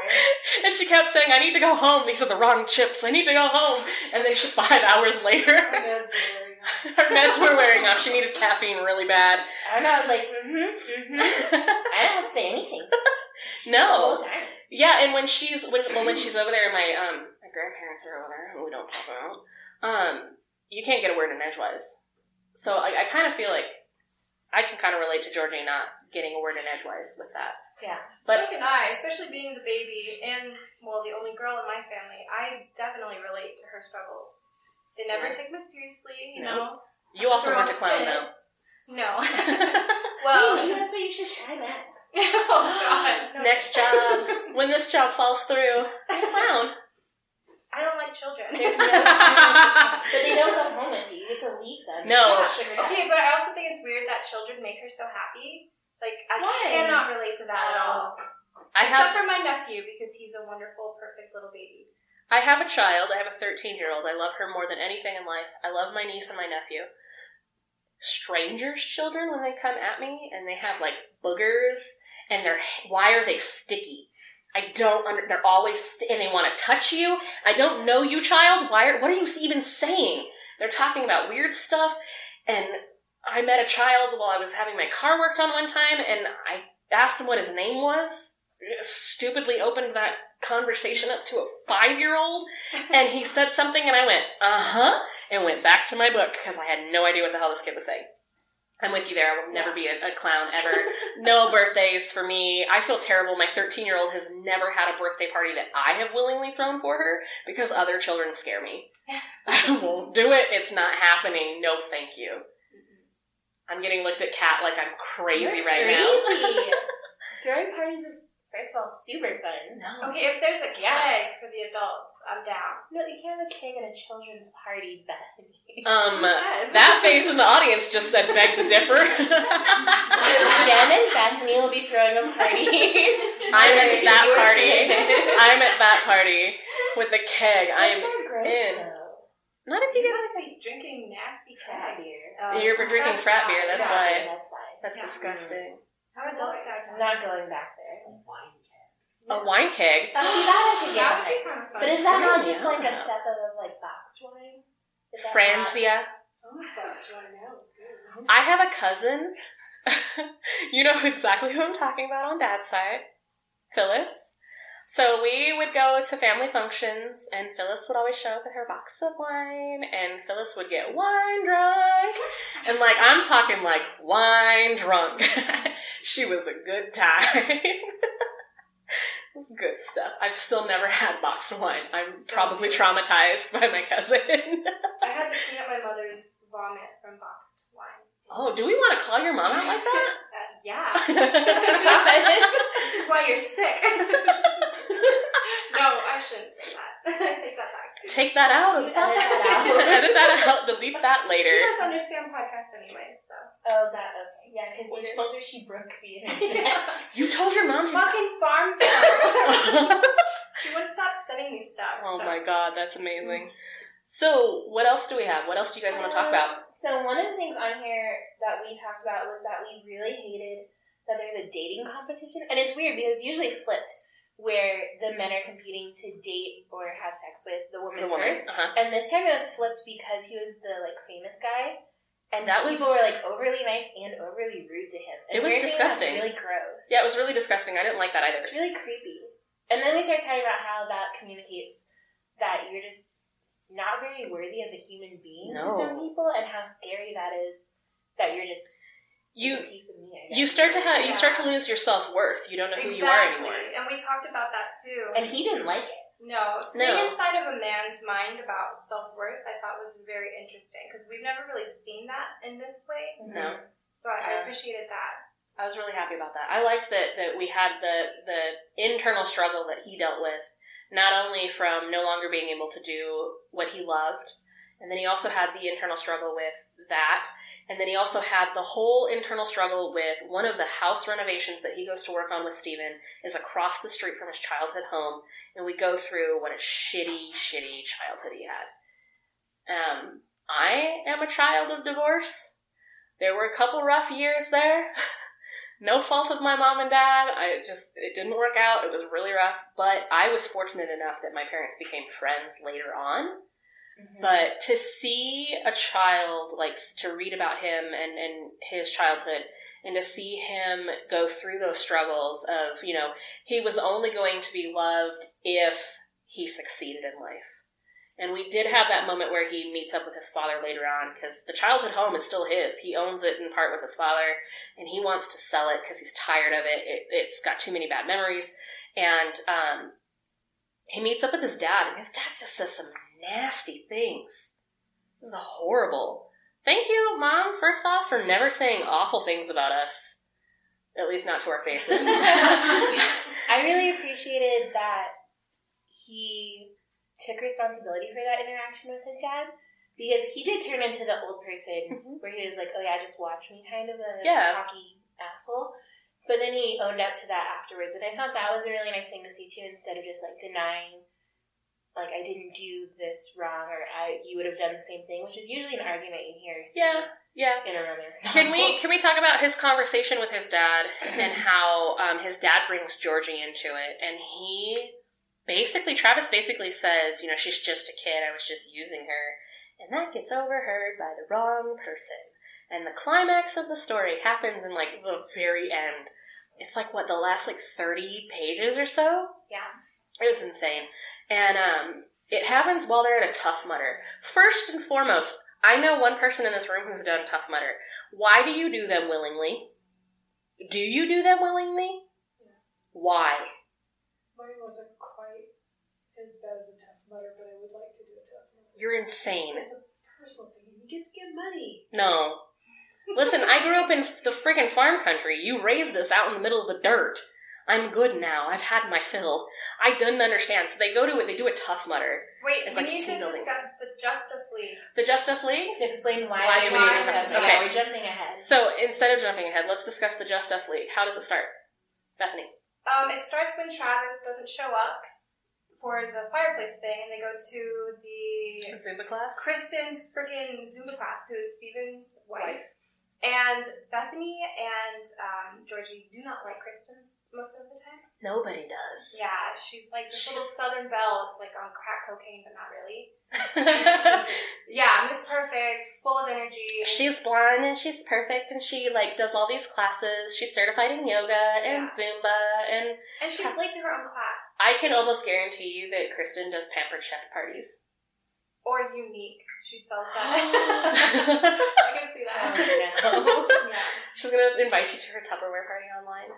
she kept saying, "I need to go home. These are the wrong chips. I need to go home." And then she, five hours later, Meds were wearing off. her meds were wearing off. She needed caffeine really bad. I don't know. I was like, mm-hmm, mm-hmm. I don't have to say anything the whole no, time. Yeah, and when she's when well, when she's over there, my um my grandparents are over there, who we don't talk about. Um, you can't get a word in edgewise. So I, I kind of feel like I can kind of relate to Georgie not getting a word in edgewise with that. Yeah. But- so can I, especially being the baby and well, the only girl in my family. I definitely relate to her struggles. They Yeah. never take me seriously, you No. know. You also Throw weren't a a clown fit. though. No. Um, Well, well, that's what you should try next. oh god. no. Next job, when this job falls through, I'm a clown. I don't like children. There's no time. But they don't come home with you. You get to leave them. No. It's sugar daddy. Okay, but I also think it's weird that children make her so happy. Like I Why? cannot relate to that at all. Oh. I Except have for my nephew because he's a wonderful, perfect little baby. I have a child. I have a 13 year old. I love her more than anything in life. I love my niece and my nephew. Strangers' children, when they come at me and they have like boogers and they're, why are they sticky? I don't under, they're always, st- and they want to touch you. I don't know you, child. Why are, what are you even saying? They're talking about weird stuff. And I met a child while I was having my car worked on one time and I asked him what his name was. Stupidly opened that conversation up to a five year old and he said something and I went, uh huh, and went back to my book because I had no idea what the hell this kid was saying. I'm with you there. I will never be a, a clown ever. no birthdays for me. I feel terrible. My 13 year old has never had a birthday party that I have willingly thrown for her because other children scare me. I won't do it. It's not happening. No, thank you. I'm getting looked at cat like I'm crazy You're right Crazy. Throwing parties is, first of all, super fun. now. No. Okay, if there's a keg for the adults, I'm down. No, you can't have a keg at a children's party, Bethany. Um, Who says? that face in the audience just said beg to differ. Jen and Bethany will be throwing a party. I'm I'm at that party. I'm at that party with the keg. I'm are gross, in. though. not if you You get must be drinking nasty Frat cat beer. beer. Oh, You're for drinking frat not- beer, that's Frat why. beer, That's why. that's disgusting. How adults are I'm done. not going back there. A wine keg. Oh, see, that I could get That behind. would be kind of fun. But is that not Sign just me like a up. step of like box wine? Is that not- Franzia. Some of that's right now is good. I have a cousin. you know exactly who I'm talking about on dad's side. Phyllis. So we would go to family functions, and Phyllis would always show up with her box of wine, and Phyllis would get wine drunk. And like, I'm talking like wine drunk. she was a good time. It's good stuff. I've still never had boxed wine. I'm probably traumatized by my cousin. I had to clean up my mother's vomit from boxed wine. oh, do we want to call your mom out like that? Uh, yeah. God. this is why you're sick. no, I shouldn't say that. take that out. Edit that out. Edit that out. Delete that She later. doesn't understand podcasts anyway, so. Oh, that okay. Yeah, because Weird. you told her she broke the internet. Yeah. You told your mom. Fucking farm phone. she wouldn't stop sending me stuff. oh so. my god, that's amazing. So, what else do we have? What else do you guys want to talk about? So one of the things on here that we talked about was that we really hated that there's a dating competition, and it's weird because it's usually flipped, where the men are competing to date or have sex with Uh, the woman The woman. first, Uh-huh. and this time it was flipped because he was the like famous guy, and That was- people were like overly nice and overly rude to him. It And was we're thinking that's disgusting. really gross. Yeah, it was really disgusting. I didn't like that either. It's really creepy. And then we start talking about how that communicates that you're just not very worthy as a human being to No. some people, and how scary that is. That you're just You a piece of me. I guess. you start to have you Yeah. start to lose your self worth. You don't know who Exactly. you are anymore. And we talked about that too. and he didn't like it. No, seeing inside of a man's mind about self worth, I thought was very interesting because we've never really seen that in this way. No. So I, I Yeah. appreciated that. I was really happy about that. I liked that that we had the the internal struggle that he dealt with, not only from no longer being able to do what he loved, and then he also had the internal struggle with that, and then he also had the whole internal struggle with one of the house renovations that he goes to work on with Steven is across the street from his childhood home, and we go through what a shitty, shitty childhood he had. Um, I am a child of divorce. There were a couple rough years there no fault of my mom and dad. I just it didn't work out. It was really rough, but I was fortunate enough that my parents became friends later on. Mm-hmm. But to see a child like s- to read about him and and his childhood and to see him go through those struggles of, you know, he was only going to be loved if he succeeded in life. And we did have that moment where he meets up with his father later on because the childhood home is still his. He owns it in part with his father and he wants to sell it because he's tired of it. it. It's got too many bad memories. And um, he meets up with his dad, and his dad just says some nasty things. This is horrible. Thank you, Mom, first off, for never saying awful things about us. At least not to our faces. I really appreciated that he took responsibility for that interaction with his dad because he did turn into the old person where he was like, "Oh yeah, just watch me," kind of a Yeah. cocky asshole. But then he owned up to that afterwards, and I thought that was a really nice thing to see too. Instead of just like denying, like I didn't do this wrong, or I you would have done the same thing, which is usually an argument you hear. see Yeah. yeah, in a romance. Can we novel. can we talk about his conversation with his dad and how um, his dad brings Georgie into it and he basically Travis basically says you know she's just a kid I was just using her and that gets overheard by the wrong person and the climax of the story happens in like the very end it's like what the last like thirty pages or so Yeah. it was insane. And um, it happens while they're at a Tough Mudder. First and foremost, I know one person in this room who's done Tough Mudder. Why do you do them willingly? Do you do them willingly? Why? Mine wasn't quite as bad as a tough mudder, but I would like to do a tough mudder. You're insane. It's a personal thing. You get to get money. No. Listen, I grew up in f- the freaking farm country. You raised us out in the middle of the dirt. I'm good now. I've had my fill. I didn't understand. So they go to it. They do a tough mutter. Wait, It's we like need to tingling. discuss the Justice League. The Justice League. to explain why, Why do we're we doing do something? that? Yeah, Okay. we're jumping ahead. So instead of jumping ahead, let's discuss the Justice League. How does it start, Bethany? Um, it starts when Travis doesn't show up for the fireplace thing, and they go to the Zumba class. Kristen's friggin' Zumba class, who is Steven's wife. And Bethany and um, Georgie do not like Kristen most of the time. Nobody does. Yeah, she's like this little She's- Southern belle. It's like on crack cocaine, but not really. Yeah. Yeah, Miss Perfect, full of energy. she's blonde and she's perfect and she like does all these classes. She's certified in yoga and Yeah. Zumba and and she's late to her own class. I can almost guarantee you that Kristen does pampered chef parties. Or unique. She sells that. Oh. I can see that. Oh, Yeah. she's gonna invite you to her Tupperware party online.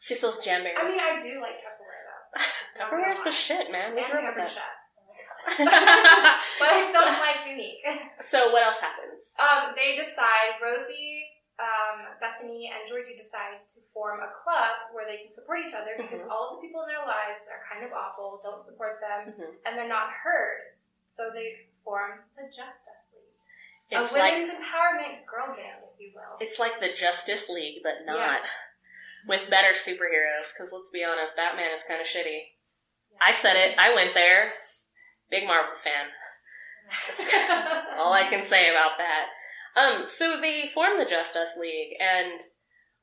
She sells jambon. I mean, I do like Tupperware though. Tupperware's the shit, man. And We grew up Pepper with Chef. that. But I don't like unique. so what else happens? Um, they decide, Rosie, um, Bethany, and Georgie decide to form a club where they can support each Mm-hmm. other because all of the people in their lives are kind of awful, don't support them, Mhm. and they're not heard. So they form the Justice League. It's a like women's empowerment girl gang, if you will. it's like the Justice League, but not Yes. with better superheroes. Because let's be honest, Batman is kind of shitty. I said it. I went there. Big Marvel fan. all I can say about that. Um, so they formed the Justice League, and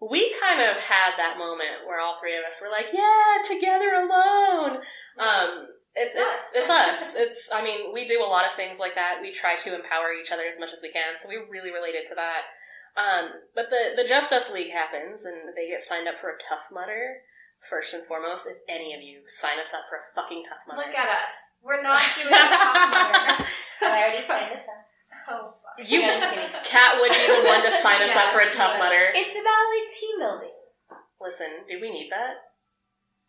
we kind of had that moment where all three of us were like, "Yeah, together alone." Um, it's it's it's us. It's I mean, we do a lot of things like that. We try to empower each other as much as we can, so we really related to that. Um, but the the Justice League happens, and they get signed up for a Tough Mudder. First and foremost, if any of you sign us up for a fucking Tough Mudder, Look at us. We're not doing the top murder. I already signed this up. Oh, fuck. you No, I'm just kidding. Cat would be the one to sign us up for a Yeah, she Tough would. Mudder. It's about like team building. Listen, do we need that?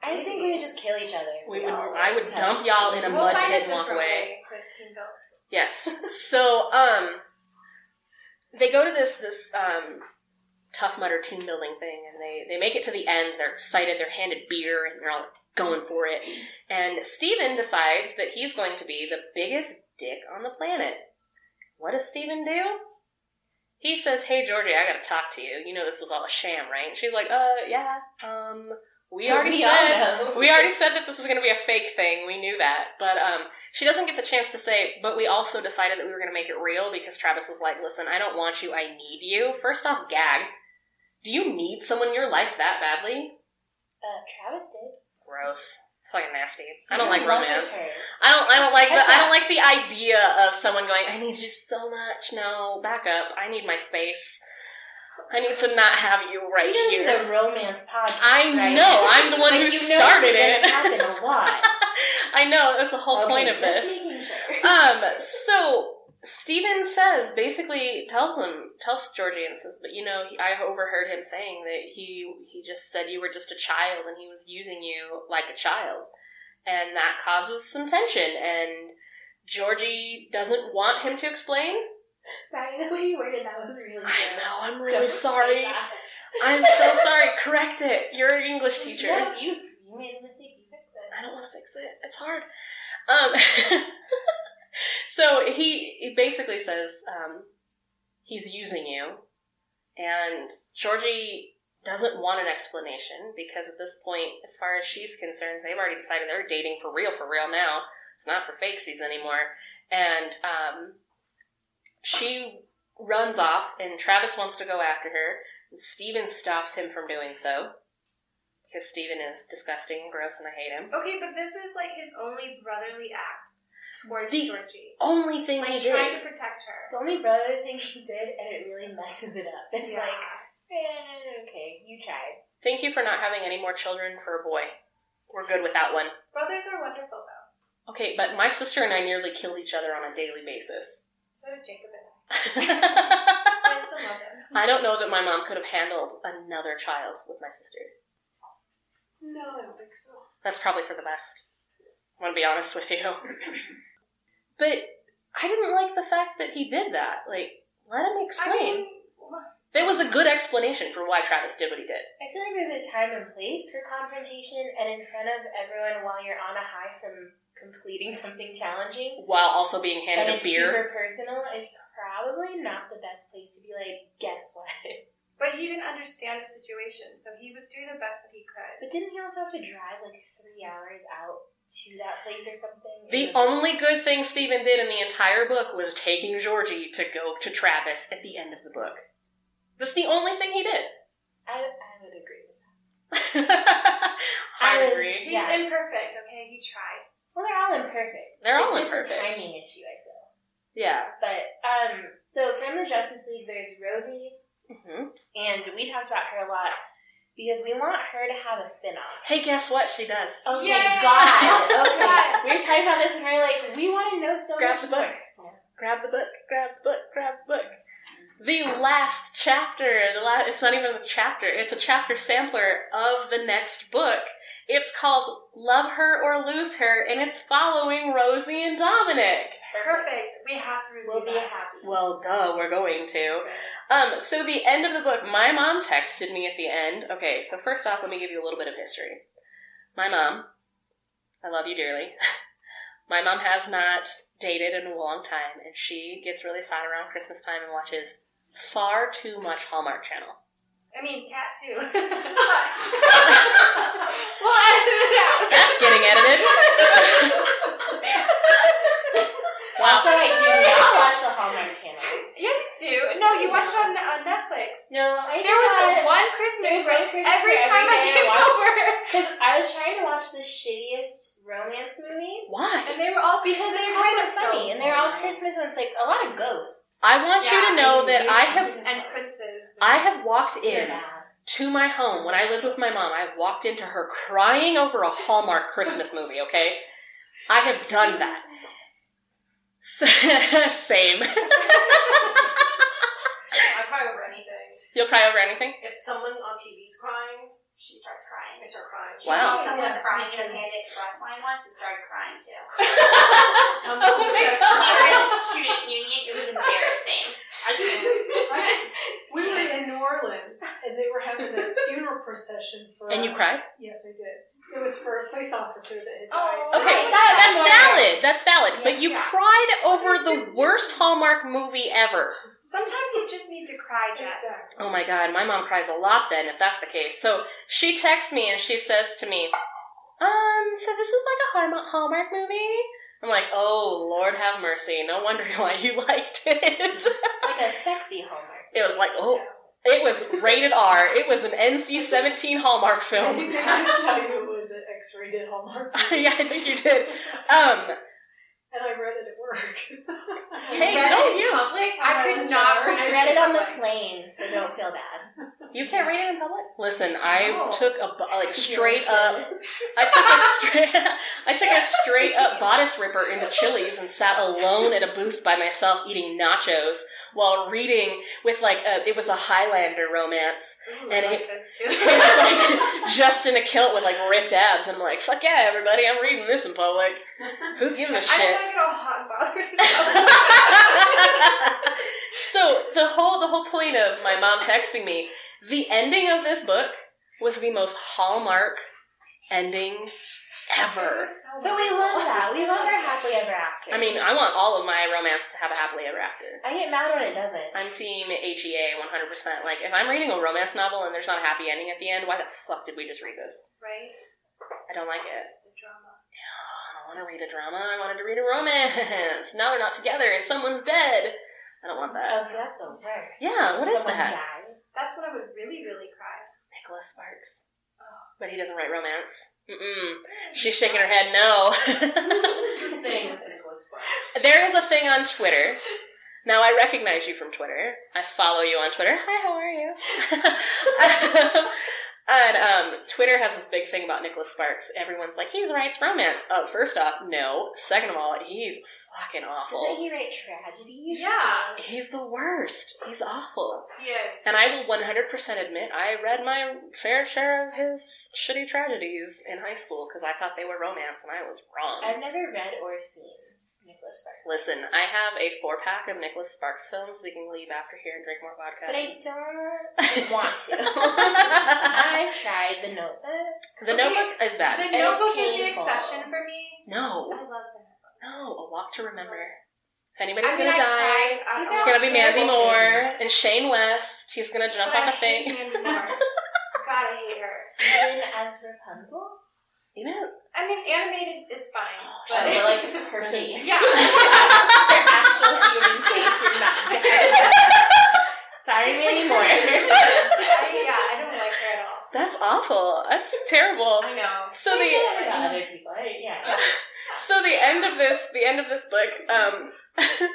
I think we would just kill each other. if We would. all were I would tough. dump y'all in a We'll mud find pit and a walk different away. way to team build. Yes. So, um, they go to this this um, tough mutter team building thing, and they they make it to the end. They're excited. They're handed beer, and they're all going for it. And Steven decides that he's going to be the biggest dick on the planet. What does Steven do? He says, "Hey Georgie, I got to talk to you. You know this was all a sham, right?" And she's like, "Uh, yeah. Um, we already We all said know. we already said that this was going to be a fake thing. We knew that. But um, she doesn't get the chance to say, but we also decided that we were going to make it real because Travis was like, listen, I don't want you. I need you. First off, gag. Do you need someone in your life that badly? Uh, Travis did. Gross. It's fucking nasty. I don't You're like in love with romance. her. I don't. I don't like. The, That's I don't like the idea of someone going. I need you so much. No, back up. I need my space. I need to not have you right This here. is a romance podcast. I right? know, I'm the one who you know started this it. is gonna Happen a lot. I know. That's the whole Okay, point of just this. making sure. um, so Steven says basically tells him tells Georgie and says, but you know, I overheard him saying that he he just said you were just a child and he was using you like a child, and that causes some tension. And Georgie doesn't want him to explain. Sorry, the way you worded that was really good. I'm Don't say that. I'm so sorry. Correct it. You're an English teacher. No, you you made a mistake. You fixed it. I don't want to fix it. It's hard. Um, so he, he basically says um, he's using you, and Georgie doesn't want an explanation because at this point, as far as she's concerned, they've already decided they're dating for real, for real now. It's not for fakesies anymore. And um, she runs off, and Travis wants to go after her. And Steven stops him from doing so because Steven is disgusting, gross, and I hate him. Okay, but this is like his only brotherly act towards The- Georgie. only thing Like we trying did. to protect her. The only brother thing he did, and it really messes it up. It's Yeah. like, eh, okay, you tried. Thank you for not having any more children for a boy. We're good without one. brothers are wonderful though. Okay, but my sister and I nearly killed each other on a daily basis. So did Jacob and I. But I I still love him. don't know that my mom could have handled another child with my sister. No, I don't think so. That's probably for the best. I want to be honest with you. But I didn't like the fact that he did that. Like, let him explain. I mean, there was a good explanation for why Travis did what he did. I feel like there's a time and place for confrontation, and in front of everyone while you're on a high from completing something challenging. While also being handed and a it's beer. super personal is probably not the best place to be like, guess what? but he didn't understand the situation, so he was doing the best that he could. But didn't he also have to drive like three hours out to that place or something? The And- only good thing Steven did in the entire book was taking Georgie to go to Travis at the end of the book. That's the only thing he did. I, I would agree with that. I was- agree. He's Yeah. imperfect, okay? He tried. Well, they're all imperfect. They're all it's just a imperfect. timing issue, I feel. Yeah. But um, so from the Justice League, there's Rosie, hmm and we talked about her a lot because we want her to have a spin-off. Hey, guess what? She does. Oh my Yay! god! Oh, Okay, God. we were talking about this, and we are like, we want to know so Grab much the book. more. Grab the book. Grab the book. Grab the book. The last chapter. The last. It's not even a chapter. It's a chapter sampler of the next book. It's called "Love Her or Lose Her," and it's following Rosie and Dominic. Perfect. We have to review We'll be that. happy. Well, duh, we're going to. Um, so the end of the book, my mom texted me at the end. Okay, so first off, let me give you a little bit of history. My mom, I love you dearly. my mom has not dated in a long time, and she gets really sad around Christmas time and watches far too much Hallmark Channel. I mean, cat too. well, I- That's getting edited. wow. Also, I do not watch the Hallmark Channel. yes, you do. No, you watched it on, on Netflix. No, I There was not. one Christmas, There's one where Christmas every where time every I day I came watched- over, Because I was trying to watch the shittiest romance movies. Why? and they were all Because they're Christmas kind of funny, films. and they're all Christmas ones, like a lot of ghosts. I want you Yeah, to know they that do I things have in- and princes. I have walked They're in bad. to my home when I lived with my mom. I walked into her crying over a Hallmark Christmas movie. Okay, I have done that. S- Same. I cry over anything. You'll cry over anything. If someone on TV's crying, she starts crying. I start crying. She Wow. saw someone Yeah. crying in a Oh Panda Express line once and started crying too. Um, Oh my We God. were in the student union. It was embarrassing. I just, I, We were in New Orleans, and they were having a funeral procession for. And you cried. Yes, I did. It was for a police officer that had died. Oh, Okay, Right, that's that's what- valid. That's valid. But you Yeah. cried over the worst Hallmark movie ever. Sometimes you just need to cry, Jess. Exactly. Oh my god, my mom cries a lot then, if that's the case. So she texts me and she says to me, Um, so this is like a Hallmark, Hallmark movie? I'm like, Oh, Lord have mercy. No wonder why you liked it. Like a sexy Hallmark. it was like, Oh, it was rated R. It was an NC 17 Hallmark I film. think I did tell you it was an X-rated Hallmark, movie, Oh. yeah, I think you did. Um, and I read it at work. hey, read no, it in you. public? I could Public not shower. I read it on the plane, so don't feel bad. You can't read it in public? Listen, I No. took a, bu- like, straight up I took a straight, I took a straight up bodice ripper into Chili's and sat alone at a booth by myself eating nachos while reading with like a, it was a Highlander romance Ooh, And I like it- those It was two. like just in a kilt with like ripped abs and I'm like fuck yeah everybody I'm reading this in public who gives a I don't shit want to get all hot and bothered. so the whole the whole point of my mom texting me the ending of this book was the most hallmark ending It ever was so But we love that. We love our happily ever after. I mean, I want all of my romance to have a happily ever after. I get mad when it doesn't. I'm E team HEA 100%. Like, if I'm reading a romance novel and there's not a happy ending at the end, why the fuck did we just read this? Right? I don't like it. It's a drama. Oh, I don't want to read a drama. I wanted to read a romance. Now they're not together and someone's dead. I don't want that. Oh, so that's the worst. Yeah, what is Someone that? died. That's when I would really, really cry. Oh. Nicholas Sparks. But he doesn't write romance. Mm-mm. She's shaking her head no. Thing with Nicholas There is a thing on Twitter. Now I recognize you from Twitter. I follow you on Twitter. Hi, how are you? and um, Twitter has this big thing about Nicholas Sparks. Everyone's like, he's writes romance. Uh, first off, no. Second of all, he's fucking Doesn't awful. he write tragedies? Yeah. He's the worst. He's awful. Yes. And I will 100% admit I read my fair share of his shitty tragedies in high school because I thought they were romance and I was wrong. I've never read or seen Nicholas Sparks. Listen, I have a four pack of Nicholas Sparks films. We can leave after here and drink more vodka. But I don't want to. I've tried The Notebook. the Notebook is The bad. notebook is the painful. exception for me. I No, love that. no, A Walk to Remember. If anybody's I mean, gonna I die, cried. I- These it's are gonna be terrible Mandy Moore things. and Shane West. He's gonna jump But off a I thing. hate Mandy Moore. God, I hate her. Ellen as Rapunzel. You know, I mean, animated is fine, But but like her face. yeah, Her actual human face would not do it. Sorry, Mandy Moore. I, yeah, I don't like her at all. that's awful. That's terrible. I know. So the We say that about other people, right? Yeah. so the end of this the end of this book um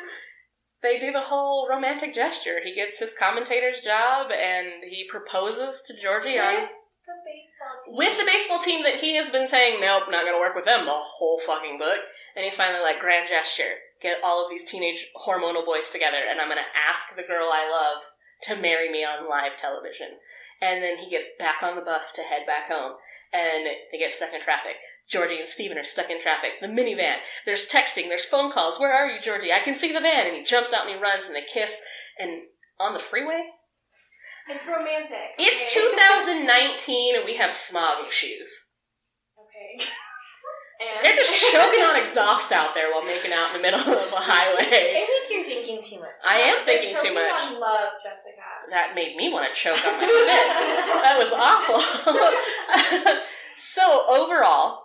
they do the whole romantic gesture he gets his commentator's job and he proposes to georgie on The baseball team. with the baseball team that he has been saying nope not gonna work with them the whole fucking book and he's finally like grand gesture get all of these teenage hormonal boys together and i'm gonna ask the girl i love to marry me on live television and then he gets back on the bus to head back home and they get stuck in traffic Georgie and Steven are stuck in traffic. The minivan. There's texting. There's phone calls. Where are you, Georgie? I can see the van. And he jumps out and he runs and they kiss. And on the freeway, it's romantic. it's okay? 2019 and we have smog issues. Okay. And They're just choking on exhaust out there while making out in the middle of a highway. I think you're thinking too much. I am They're thinking too choking much. On love, Jessica. That made me want to choke on my spit. That was awful. so overall,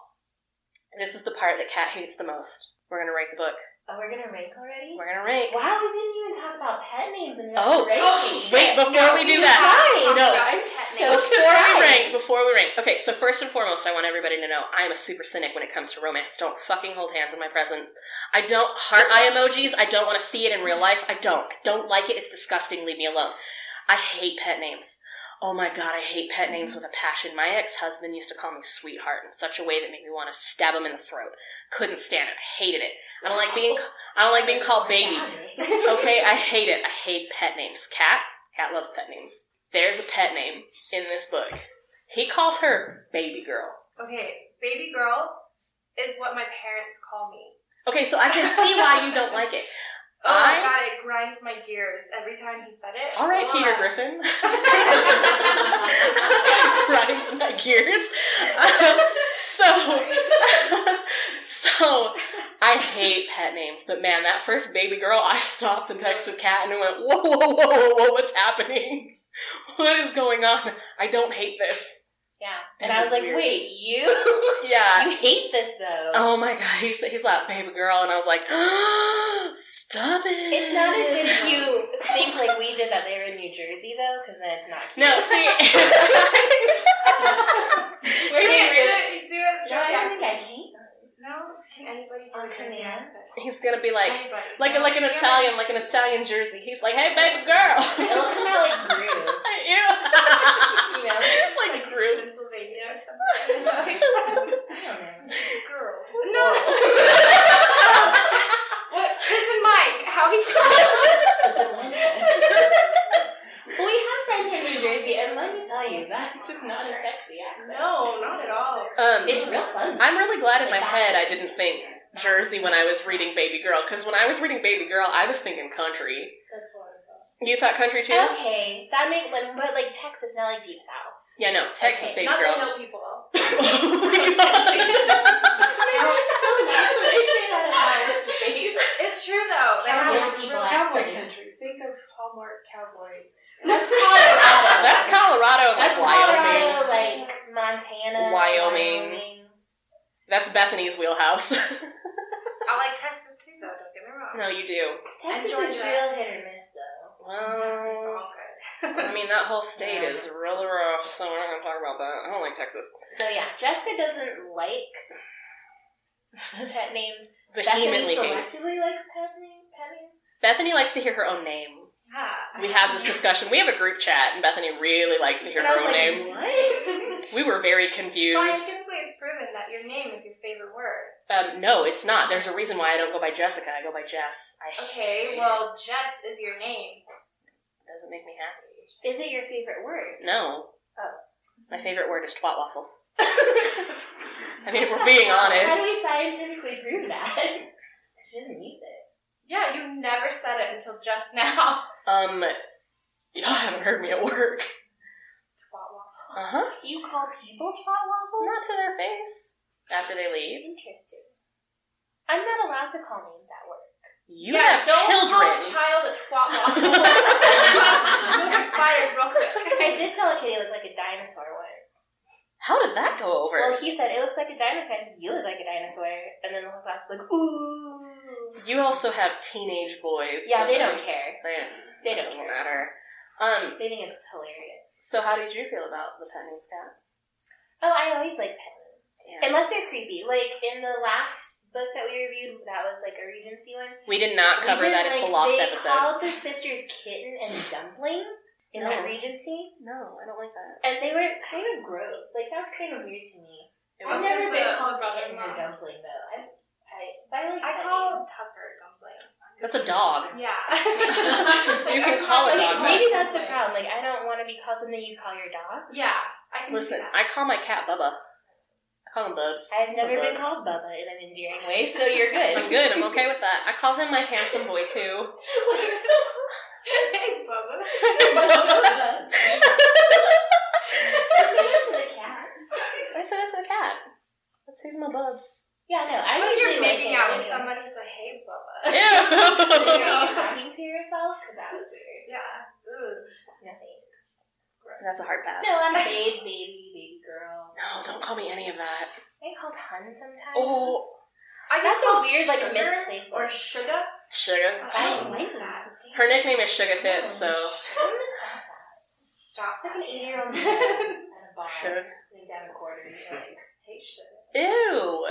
this is the part that Kat hates the most. We're gonna rank the book. oh, we're gonna rank already? We're gonna rank. Wow, we didn't even talk about pet names in this Oh, ranking. wait! Before we do that, guys, No. I'm so before surprised. we rank, before we rank. Okay, so first and foremost, I want everybody to know I am a super cynic when it comes to romance. Don't fucking hold hands in my presence. I don't heart eye emojis. I don't want to see it in real life. I don't. I don't like it. It's disgusting. Leave me alone. I hate pet names. Oh my god, I hate pet names with a passion. My ex husband used to call me sweetheart in such a way that made me want to stab him in the throat. Couldn't stand it. I hated it. I don't like being I don't like being called baby. Okay, I hate it. I hate pet names. Cat, cat loves pet names. There's a pet name in this book. He calls her baby girl. Okay, baby girl is what my parents call me. Okay, so I can see why you don't like it. Oh I- my god, it grinds my gears every time he said it. All right, Ugh. Peter Griffin. Grinds my gears. Um, so, so I hate pet names, but man, that first baby girl, I stopped and texted Kat and went, "Whoa, whoa, whoa, whoa, whoa! What's happening? What is going on? I don't hate this." Yeah. And That I was was like, weird. wait, you? Yeah, you hate this though. Oh my god, he's, he's like baby girl, and I was like, stop it. It's not as good if you think like we did that they were in New Jersey though, because then it's not cute. No, see, We're Do being real. it, do it, do it. No, I don't Just think I can. No, can anybody do Or a can they? Jersey accent? he's gonna be like, Anybody. like a, like an Do it. Italian, like an Italian Jersey. He's like, hey, baby girl. It'll come out like Gru. Ew. You know? like Groot. Pennsylvania or something. I don't know. Girl. No. Listen, Mike, how he talks. The Well, we have friends from New Jersey, and let me tell you, that's just not a sexy accent. No, not at all. Um, It's real fun. I'm really glad in my head I didn't think Jersey when I was reading Baby Girl, because when I was reading Baby Girl, I was thinking country. That's what I thought. You thought country too? Okay, that makes like, but like Texas, not like deep south. Yeah, no, Texas Okay, Baby Not Girl. the hill people. it's so nice when they say that about what's It's true though. They Cowboy have people real Cowboy accent. country. Think of Hallmark cowboy. That's Colorado. That's Colorado and That's like Wyoming. Colorado, like Montana, Wyoming. That's Bethany's wheelhouse. I like Texas too, though. Don't get me wrong. no, you do. Texas And is Georgia. real hit or miss, though. It's Well, all good. I mean, that whole state is really rough, so we're not going to talk about that. I don't like Texas. So yeah, Jessica doesn't like pet names. Vehemently Bethany hates. selectively likes pet names. Pet names. Bethany likes to hear her own name. Yeah. We have this discussion. We have a group chat, and Bethany really likes to hear And her I own was like, name. what? We were very confused. Scientifically, it's proven that your name is your favorite word. Um, no, it's not. There's a reason why I don't go by Jessica. I go by Jess. I hate Okay, well, Jess is your name. it. doesn't make me happy. Is it your favorite word? No. Oh. My favorite word is twat waffle. I mean, if we're being honest. How do we scientifically prove that? she doesn't use it. Yeah, you never said it until just now. Um, y'all haven't heard me at work. Twat Uh huh. Do you call people twat waffles? Not to their face. After they leave, Interesting. I'm not allowed to call names at work. you yeah, have don't call a children. child a twat waffle. You'll get fired real quick. I did tell a kitty looked like a dinosaur once. How did that go over? Well, he said it looks like a dinosaur. I said you look like a dinosaur, and then the whole class was like, ooh. you also have teenage boys. Yeah, so they don't it's- care. They, They it don't doesn't care. matter. Um, They think it's hilarious. so how did you feel about the pet name stat? Oh, I always like pet names, Yeah. unless they're creepy. Like in the last book that we reviewed, that was like a Regency one. We did not cover We did, that. it's the like, lost they episode. called the sisters Kitten and Dumpling No. in the Regency, no, I don't like that. and they were kind of gross. Like that's kind of weird to me. It I've I've was, never never been been called called brother Kitten mom. or Dumpling though. I, I, but I like I that call name. Tupper dumpling. that's a dog. Yeah. You can call it Okay, dog. maybe that's the problem. Like I don't want to be called something you call your dog. Yeah, I can Listen, see that. I call my cat Bubba. I call him Bubs. I've never Or been Bubs. called Bubba in an endearing way, so you're good. I'm good. I'm okay with that. I call him my handsome boy too. hey, Bubba. Bubba. Say it to the cats. I said that to the cat. Let's save my bubs. Yeah, Are That's you talking to yourself? Because that was weird. Yeah. Ugh. Nothing. a hard pass. No, I'm a babe, baby, baby girl. No, don't call me any of that. They called hun sometimes. Oh. I get That's a called weird, like, sugar misplaced or word. sugar. Sugar. I don't like that. Her nickname is Sugar Tits, so I'm gonna stop Stop. that. Like an eight-year-old man at a bar, Sugar. laying down a quarter, and you're like, "Hey, sugar." Ew,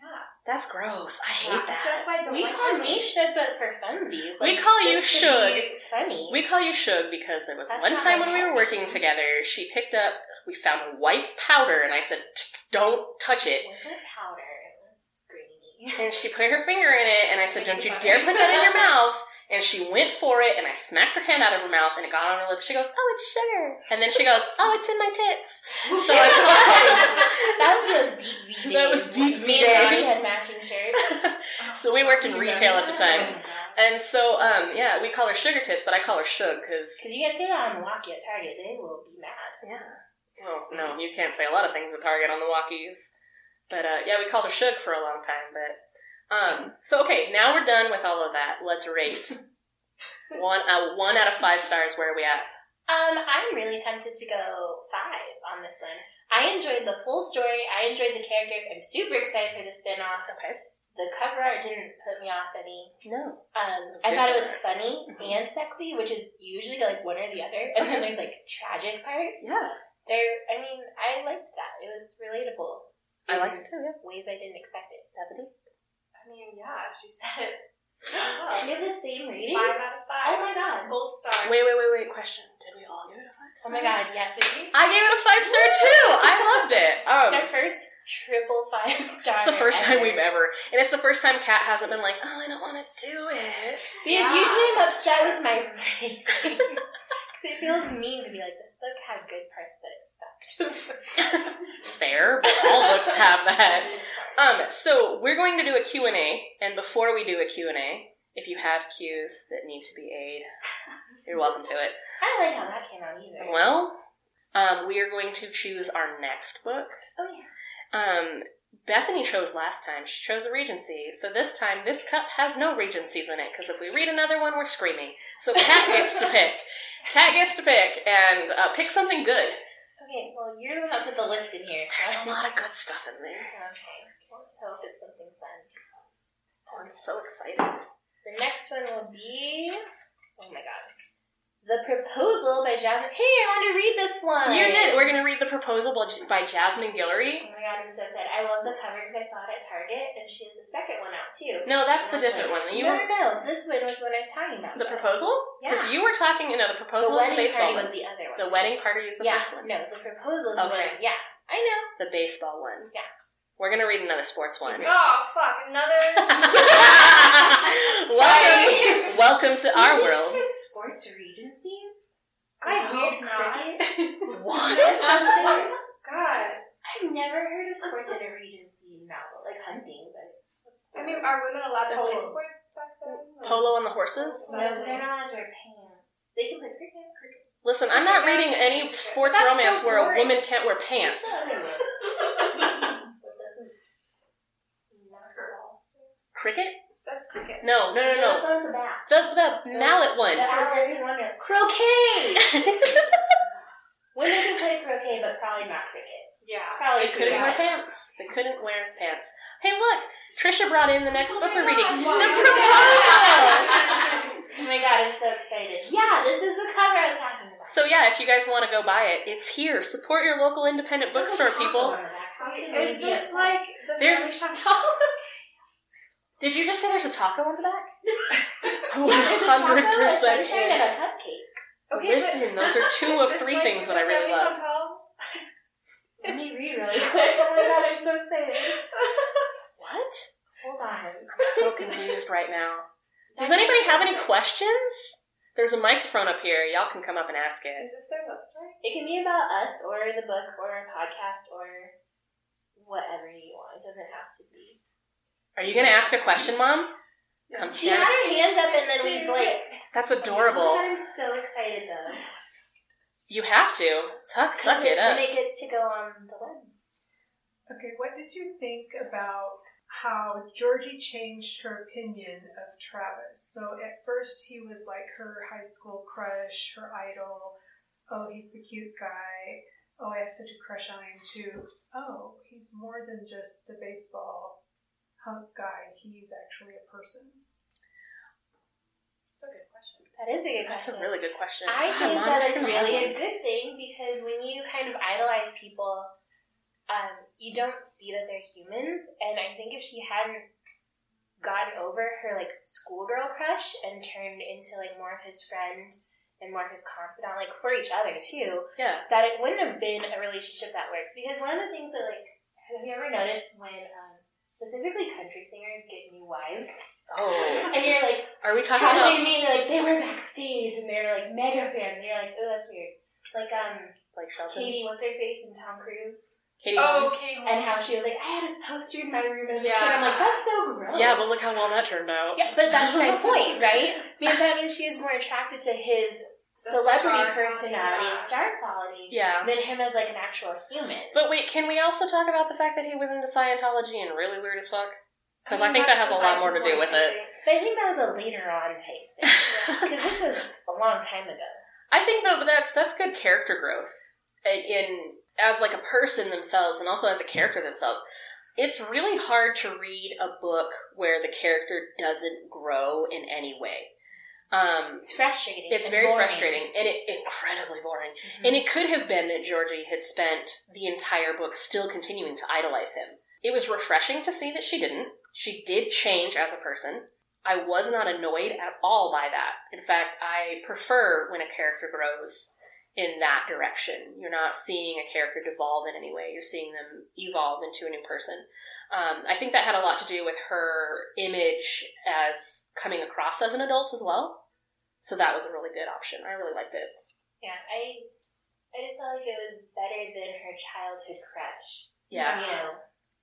Yeah. that's gross. I hate So that's that. why I don't We like call that me should, but for funsies. We Like, call you just to be Funny. We call you Suge because there was That's one not time my when we were name. working together, she picked up, we found white powder, and I said, "T- t- don't touch it. It wasn't powder. It was greeny. And she put her finger in it, and I said, Don't you dare put that in your mouth. And she went for it, and I smacked her hand out of her mouth, and it got on her lips. She goes, Oh, it's sugar. And then she goes, Oh, it's in my tits. So that was those deep V days. That was deep V Me and Robbie days. had matching shirts. so we worked in retail at the time. Because And so, um, yeah, we call her sugar tits, but I call her Suge because, you can say that on the walkie at Target, they will be mad. yeah. Well, no, you can't say a lot of things at Target on the walkies. But uh, yeah, we called her Suge for a long time. But um, so okay, now we're done with all of that. Let's rate. one, uh, one out of five stars. Where are we at? Um, I'm really tempted to go five on this one. I enjoyed the full story. I enjoyed the characters. I'm super excited for the spinoff. Okay. The cover art didn't put me off any. No. Um, It's I thought it good. was funny Mhm. and sexy, which is usually like one or the other. And then there's like tragic parts. Yeah. There, I mean, I liked that. It was relatable. I in like it too, yeah. ways I didn't expect it. I mean, yeah, she said it. You have the same rating? Five out of five. Oh my god. Gold star. Wait, wait, wait, wait. Question. Did we all give it a five star? Oh my god, yes. I gave it a five star too. I loved it. It's Um, our first triple five star. it's the first time ever. we've ever, and it's the first time Kat hasn't been like, oh, I don't want to do it. Because Yeah. usually I'm upset with my ratings. Because it feels mean to be like, this book had good parts, but it sucked. Fair, but all books have that. Um, so we're going to do a Q and A, and before we do a Q and A, if you have cues that need to be aid, you're welcome to it. I don't like how that came out either. Well, um, we are going to choose our next book. Oh, yeah. Um, Bethany chose last time. She chose a Regency. So this time, this cup has no Regencies in it because if we read another one, we're screaming. So Cat gets to pick. Cat gets to pick and uh, pick something good. Okay, well, you're the one that put the list in here, so I There's a don't lot of good stuff in there. Okay, let's hope it's something fun. Oh, I'm so excited. The next one will be. Oh my god. The Proposal by Jasmine. Hey, I want to read this one! You did. We're going to read The Proposal by- by Jasmine Guillory. Oh my god, I'm so excited. I love the cover because I saw it at Target, and she has the second one out too. No, that's the And I was different like, one. You no, were no, no. This one was what I was talking about. The but- Proposal? Because Yeah. you were talking, you know, The The Proposal is the wedding baseball party one. was the other one. The wedding party is the yeah, first one. no, the proposal is the Okay. one. Yeah, I know. The baseball one. Yeah. We're going to read another sports one. Oh fuck! Another. welcome, welcome to our Do you world. think there's sports regencies? I Weird hope not. cricket? What? There's something- God. I've never heard of sports in a regency novel, like hunting, but I mean, are women allowed to That's- play sports back then? Polo on the horses? no, 'cause they're not under pants. They can play cricket. Cricket. Listen, I'm not reading any sports That's so romance where a boring. woman can't wear What's pants. the other one? With the hoops. Cricket? That's cricket. No, no, no, No, it's no. not the bat. The the mallet The one. Alice in Wonderland. Croquet. Women can play croquet, but probably not cricket. Yeah. It's probably They too couldn't wear bad. pants. They couldn't wear pants. Hey, look, Trisha brought in the next book we're reading. The Wow. proposal. Oh my god, I'm so excited. Yeah, this is the cover I was talking about. So yeah, if you guys want to go buy it, it's here. Support your local independent bookstore, people. Is this like the There's- family shop? Did you just say there's a taco on the back? One There's a taco, hundred a percent. sunshine, and a cupcake. Listen, those are two of Is this three like things the that I really family love. Chantal? Let me read really quick. Oh my god, I'm so excited. What? Hold on. I'm so confused right now. Does anybody have any questions? There's a microphone up here. Y'all can come up and ask it. Is this their love story? It can be about us, or the book, or a podcast, or whatever you want. It doesn't have to be. Are you gonna ask a question, Mom? Come She stand. had her hand up, and then we like. That's Oh my adorable. God, I'm so excited though. You have to. Suck, suck it Because up. Then it gets to go on the webs. Okay, what did you think about how Georgie changed her opinion of Travis. So at first he was like her high school crush, her idol. Oh, he's the cute guy. Oh, I have such a crush on him too. Oh, he's more than just the baseball hunk guy. He's actually a person. It's a good question. That is a good That's question. a really good question. I God, think Mom, that you're it's gonna really a lose. good thing because when you kind of idolize people, um, you don't see that they're humans. And I think if she hadn't gotten over her like schoolgirl crush and turned into like more of his friend and more of his confidant, like for each other too, Yeah. that it wouldn't have been a relationship that works. Because one of the things that like have you ever noticed when um, specifically country singers get new wives, Oh. and you're like. Are we talking How about did they meet? They're like they were backstage and they're like mega fans. And you're like, oh, that's weird. Like um, like Shelton? Katie, what's her face, and Tom Cruise, Katie Oh, Holmes? Katie and how she was like, I had his poster in my room as a Yeah. kid. I'm like, that's so gross. Yeah, but look how well that turned out. Yeah, but that's my point, right? Because that means she is more attracted to his The celebrity star personality quality, yeah. and star quality Yeah. than him as like an actual human. But wait, can we also talk about the fact that he was into Scientology and really weird as fuck? Because I I think that has a lot more to do with it. But I think that was a later on type thing because this was a long time ago. I think though that's that's good character growth in- in as like a person themselves and also as a character themselves. It's really hard to read a book where the character doesn't grow in any way. Um, It's frustrating. It's and very boring. Mm-hmm. frustrating and it, incredibly boring. And it could have been that Georgie had spent the entire book still continuing to idolize him. It was refreshing to see that she didn't. She did change as a person. I was not annoyed at all by that. In fact, I prefer when a character grows in that direction. You're not seeing a character devolve in any way. You're seeing them evolve into a new person. Um, I think that had a lot to do with her image as coming across as an adult as well. So that was a really good option. I really liked it. Yeah, I I just felt like it was better than her childhood crush. Yeah. You know,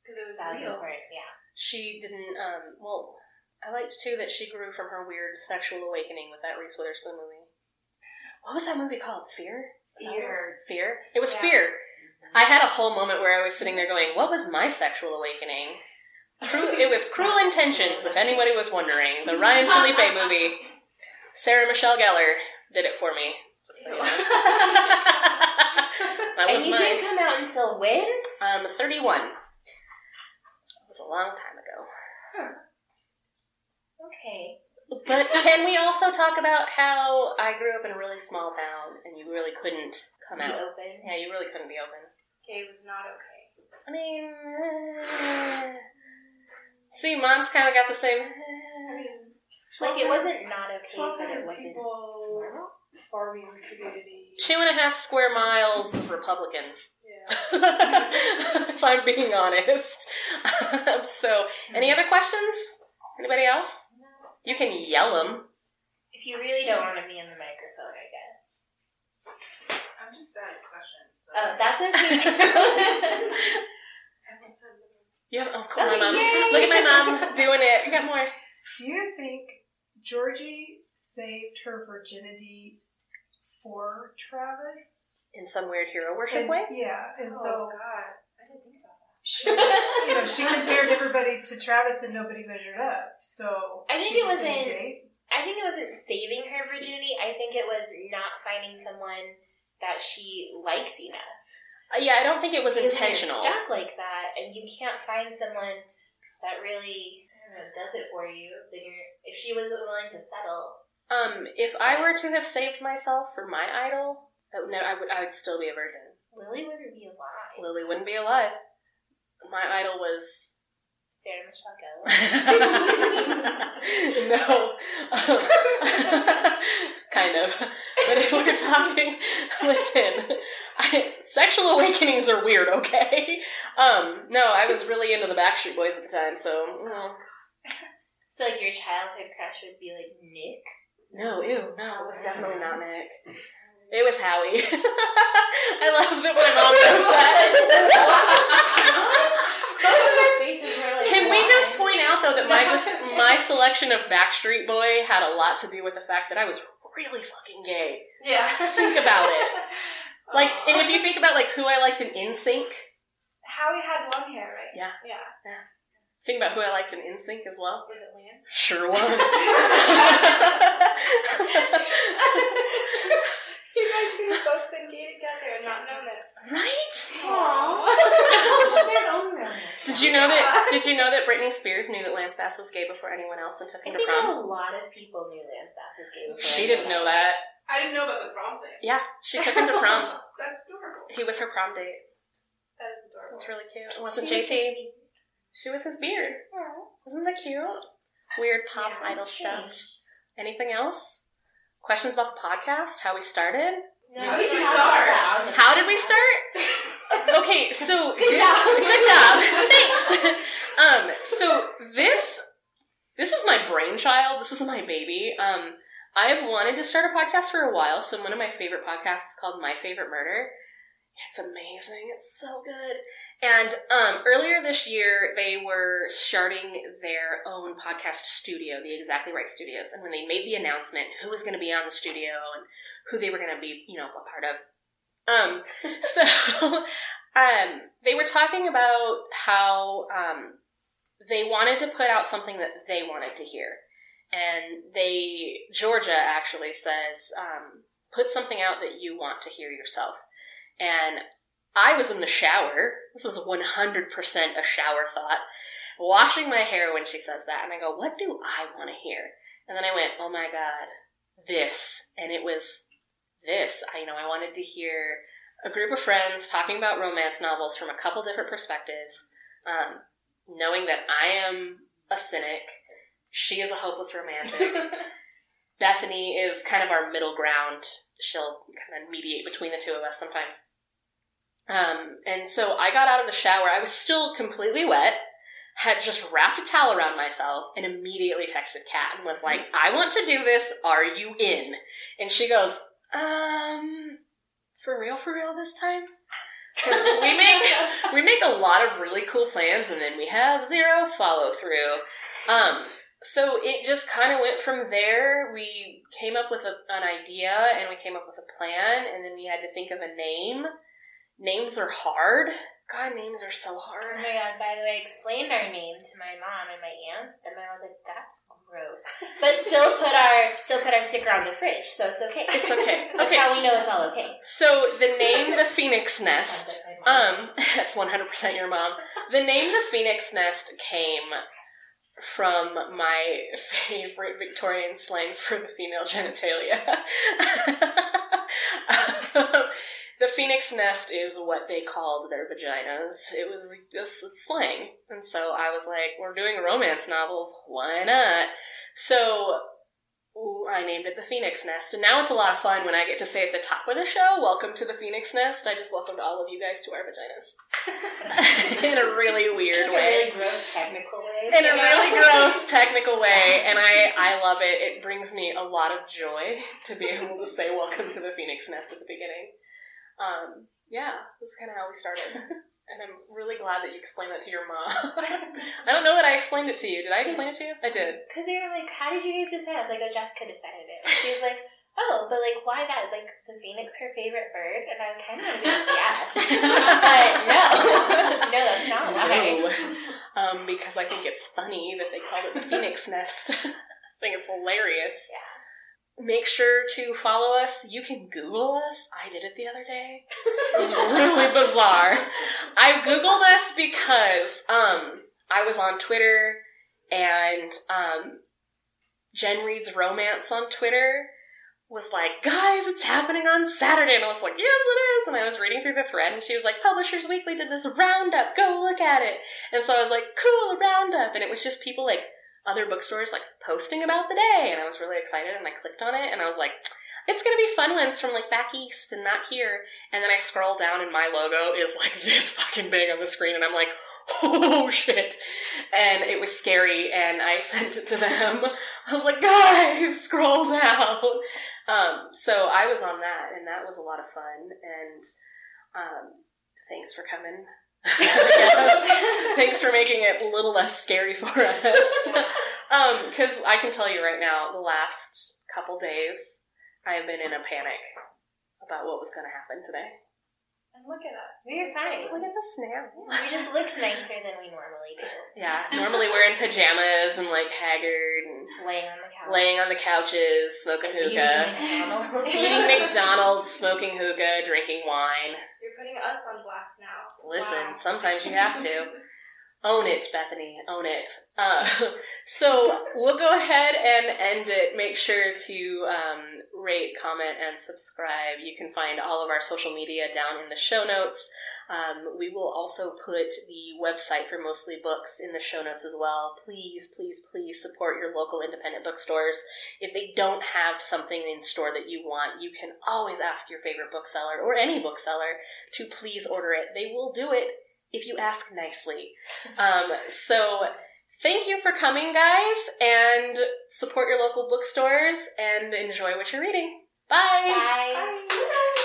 Because it was that was real. important. Yeah. She didn't, um, well, I liked too that she grew from her weird sexual awakening with that Reese Witherspoon movie. What was that movie called? Fear? Is that what it was? Fear? It was Yeah. Fear. I had a whole moment where I was sitting there going, what was my sexual awakening? Cru- it was Cruel Intentions, if anybody was wondering. The Ryan Felipe movie. Sarah Michelle Gellar did it for me. Just so you know. that and was you mine. didn't come out until when? Um, 31. It was a long time ago. Okay. But can we also talk about how I grew up in a really small town and you really couldn't come Be out? open. Yeah, you really couldn't be open. Kay was not okay. I mean, eh. see, mom's kind of got the same. I mean, Like it wasn't not okay, but it 1,200 wasn't people normal. farming community. Two and a half square miles of Republicans, Yeah. if I'm being honest. Um, so, any other questions? Anybody else? You can yell them. If you really don't want to be in the microphone, I guess. I'm just bad at questions. So. Oh, that's okay. You have, oh, cool, my Oh, mom. yay! Look at my mom doing it. You got more. Do you think Georgie saved her virginity for Travis? In some weird hero worship And- way? Yeah, and oh so God, I didn't think about that. she, you know, she compared everybody to Travis, and nobody measured up. So I think she it just was didn't in- date. I think it wasn't saving her virginity. I think it was not finding someone that she liked enough. Uh, yeah, I don't think it was Because when you're intentional. stuck like that, and you can't find someone that really I don't know, does it for you, then you're. If she wasn't willing to settle, Um, if I were to have saved myself for my idol, that would, no, I would I would still be a virgin. Lily wouldn't be alive. Lily wouldn't be alive. My idol was Sarah Michelle Gellar. no, kind of. But if we're talking, listen, I, sexual awakenings are weird. Okay. Um, no, I was really into the Backstreet Boys at the time, so mm, so like your childhood crush would be like Nick. no, ew, no, it was definitely not Nick. It was Howie. I love that my mom knows that. Can we just point out though that my my selection of Backstreet Boy had a lot to do with the fact that I was really fucking gay. Yeah, Think about it. Like, Oh. and if you think about like who I liked in InSync, Howie had long hair, right? Yeah. yeah. Think about who I liked in NSYNC as well. Was it Lance? Sure was. You guys could have both been gay together and not known it. right? their own romance. Did you know that? Did you know that Britney Spears knew that Lance Bass was gay before anyone else and took I him to think prom? a lot of people knew Lance Bass was gay before. She didn't know that. I didn't know about the prom thing. Yeah, she took him to prom. That's adorable. He was her prom date. That is adorable. That's really cute. It wasn't JT. She was his beard. Isn't that cute? Weird pop Yeah, idol stuff. Anything else? Questions about the podcast? How we started? How did you start? How did we start? Okay, so Good this- job. good job, thanks. um, so this this is my brainchild. This is my baby. Um, I have wanted to start a podcast for a while. So one of my favorite podcasts is called My Favorite Murder. It's amazing. It's so good. And um, earlier this year, they were starting their own podcast studio, the Exactly Right Studios. And when they made the announcement, who was going to be on the studio and who they were going to be, you know, a part of. Um, so um, they were talking about how um, they wanted to put out something that they wanted to hear. And they, Georgia actually says, um, put something out that you want to hear yourself. And I was in the shower. This is 100% a shower thought. Washing my hair when she says that. And I go, what do I want to hear? And then I went, oh my God, this. And it was this. I you know I wanted to hear a group of friends talking about romance novels from a couple different perspectives, um, knowing that I am a cynic, she is a hopeless romantic, Bethany is kind of our middle ground. She'll kind of mediate between the two of us sometimes. Um, and so I got out of the shower. I was still completely wet, had just wrapped a towel around myself, and immediately texted Kat and was like, I want to do this. Are you in? And she goes, um, for real, for real this time? Because we make we make a lot of really cool plans and then we have zero follow through. Um, so it just kind of went from there. We came up with a, an idea and we came up with a plan and then we had to think of a name. Names are hard. God, names are so Oh hard. my god, by the way, I explained our name to my mom and my aunts, and my mom was like, that's gross. But still put our still put our sticker on the fridge, so it's okay. It's okay. That's Okay. how we know it's all okay. So the name the Phoenix Nest Um, that's one hundred percent your mom. The name the Phoenix Nest came from my favorite Victorian slang for the female genitalia. Um, the Phoenix Nest is what they called their vaginas. It was this slang, and so I was like, "We're doing romance novels. Why not?" So Ooh, I named it the Phoenix Nest, and now it's a lot of fun when I get to say at the top of the show, "Welcome to the Phoenix Nest." I just welcomed all of you guys to our vaginas in a really in weird a way, really gross technical way. in a Yeah. really gross technical way, and I I love it. It brings me a lot of joy to be able to say "Welcome to the Phoenix Nest" at the beginning. Um, yeah, that's kind of how we started, and I'm really glad that you explained that to your mom. I don't know that I explained it to you. Did I explain it to you? I did. Because they were like, how did you guys decide? I was like, oh, Jessica decided it. She was like, oh, but like, why that? Is like the phoenix her favorite bird? And I kind of like, yes. but no. no, that's not why. No. Um, because I think it's funny that they called it the Phoenix Nest. I think it's hilarious. Make sure to follow us. You can Google us. I did it the other day. It was really bizarre. I Googled us because um, I was on Twitter and um, Jen Reads Romance on Twitter was like, guys, it's happening on Saturday. And I was like, yes, it is. And I was reading through the thread and she was like, Publishers Weekly did this roundup. Go look at it. And so I was like, cool, a roundup. And it was just people like other bookstores like posting about the day. And I was really excited and I clicked on it and I was like, it's going to be fun ones from like back east and not here. And then I scroll down and my logo is like this fucking big on the screen and I'm like, oh shit. And it was scary and I sent it to them. I was like, guys, scroll down. Um, so I was on that, and that was a lot of fun. And um, thanks for coming. Yes. thanks for making it a little less scary for us. Because I can tell you right now, the last couple days, I have been in a panic about what was going to happen today. I And look at us. We are fine. Look at us now. We just look nicer than we normally do. Yeah, normally we're in pajamas and like haggard and Laying on the couch. laying on the couches, smoking Eating hookah, McDonald's. eating McDonald's, smoking hookah, drinking wine. You're putting us on blast now. Listen, Wow. sometimes you have to. Own it, Bethany. Own it. Uh, so we'll go ahead and end it. Make sure to um, rate, comment, and subscribe. You can find all of our social media down in the show notes. Um, we will also put the website for Mostly Books in the show notes as well. Please, please, please support your local independent bookstores. If they don't have something in store that you want, you can always ask your favorite bookseller or any bookseller to please order it. They will do it if you ask nicely. Um, so thank you for coming, guys, and support your local bookstores and enjoy what you're reading. Bye. Bye. Bye.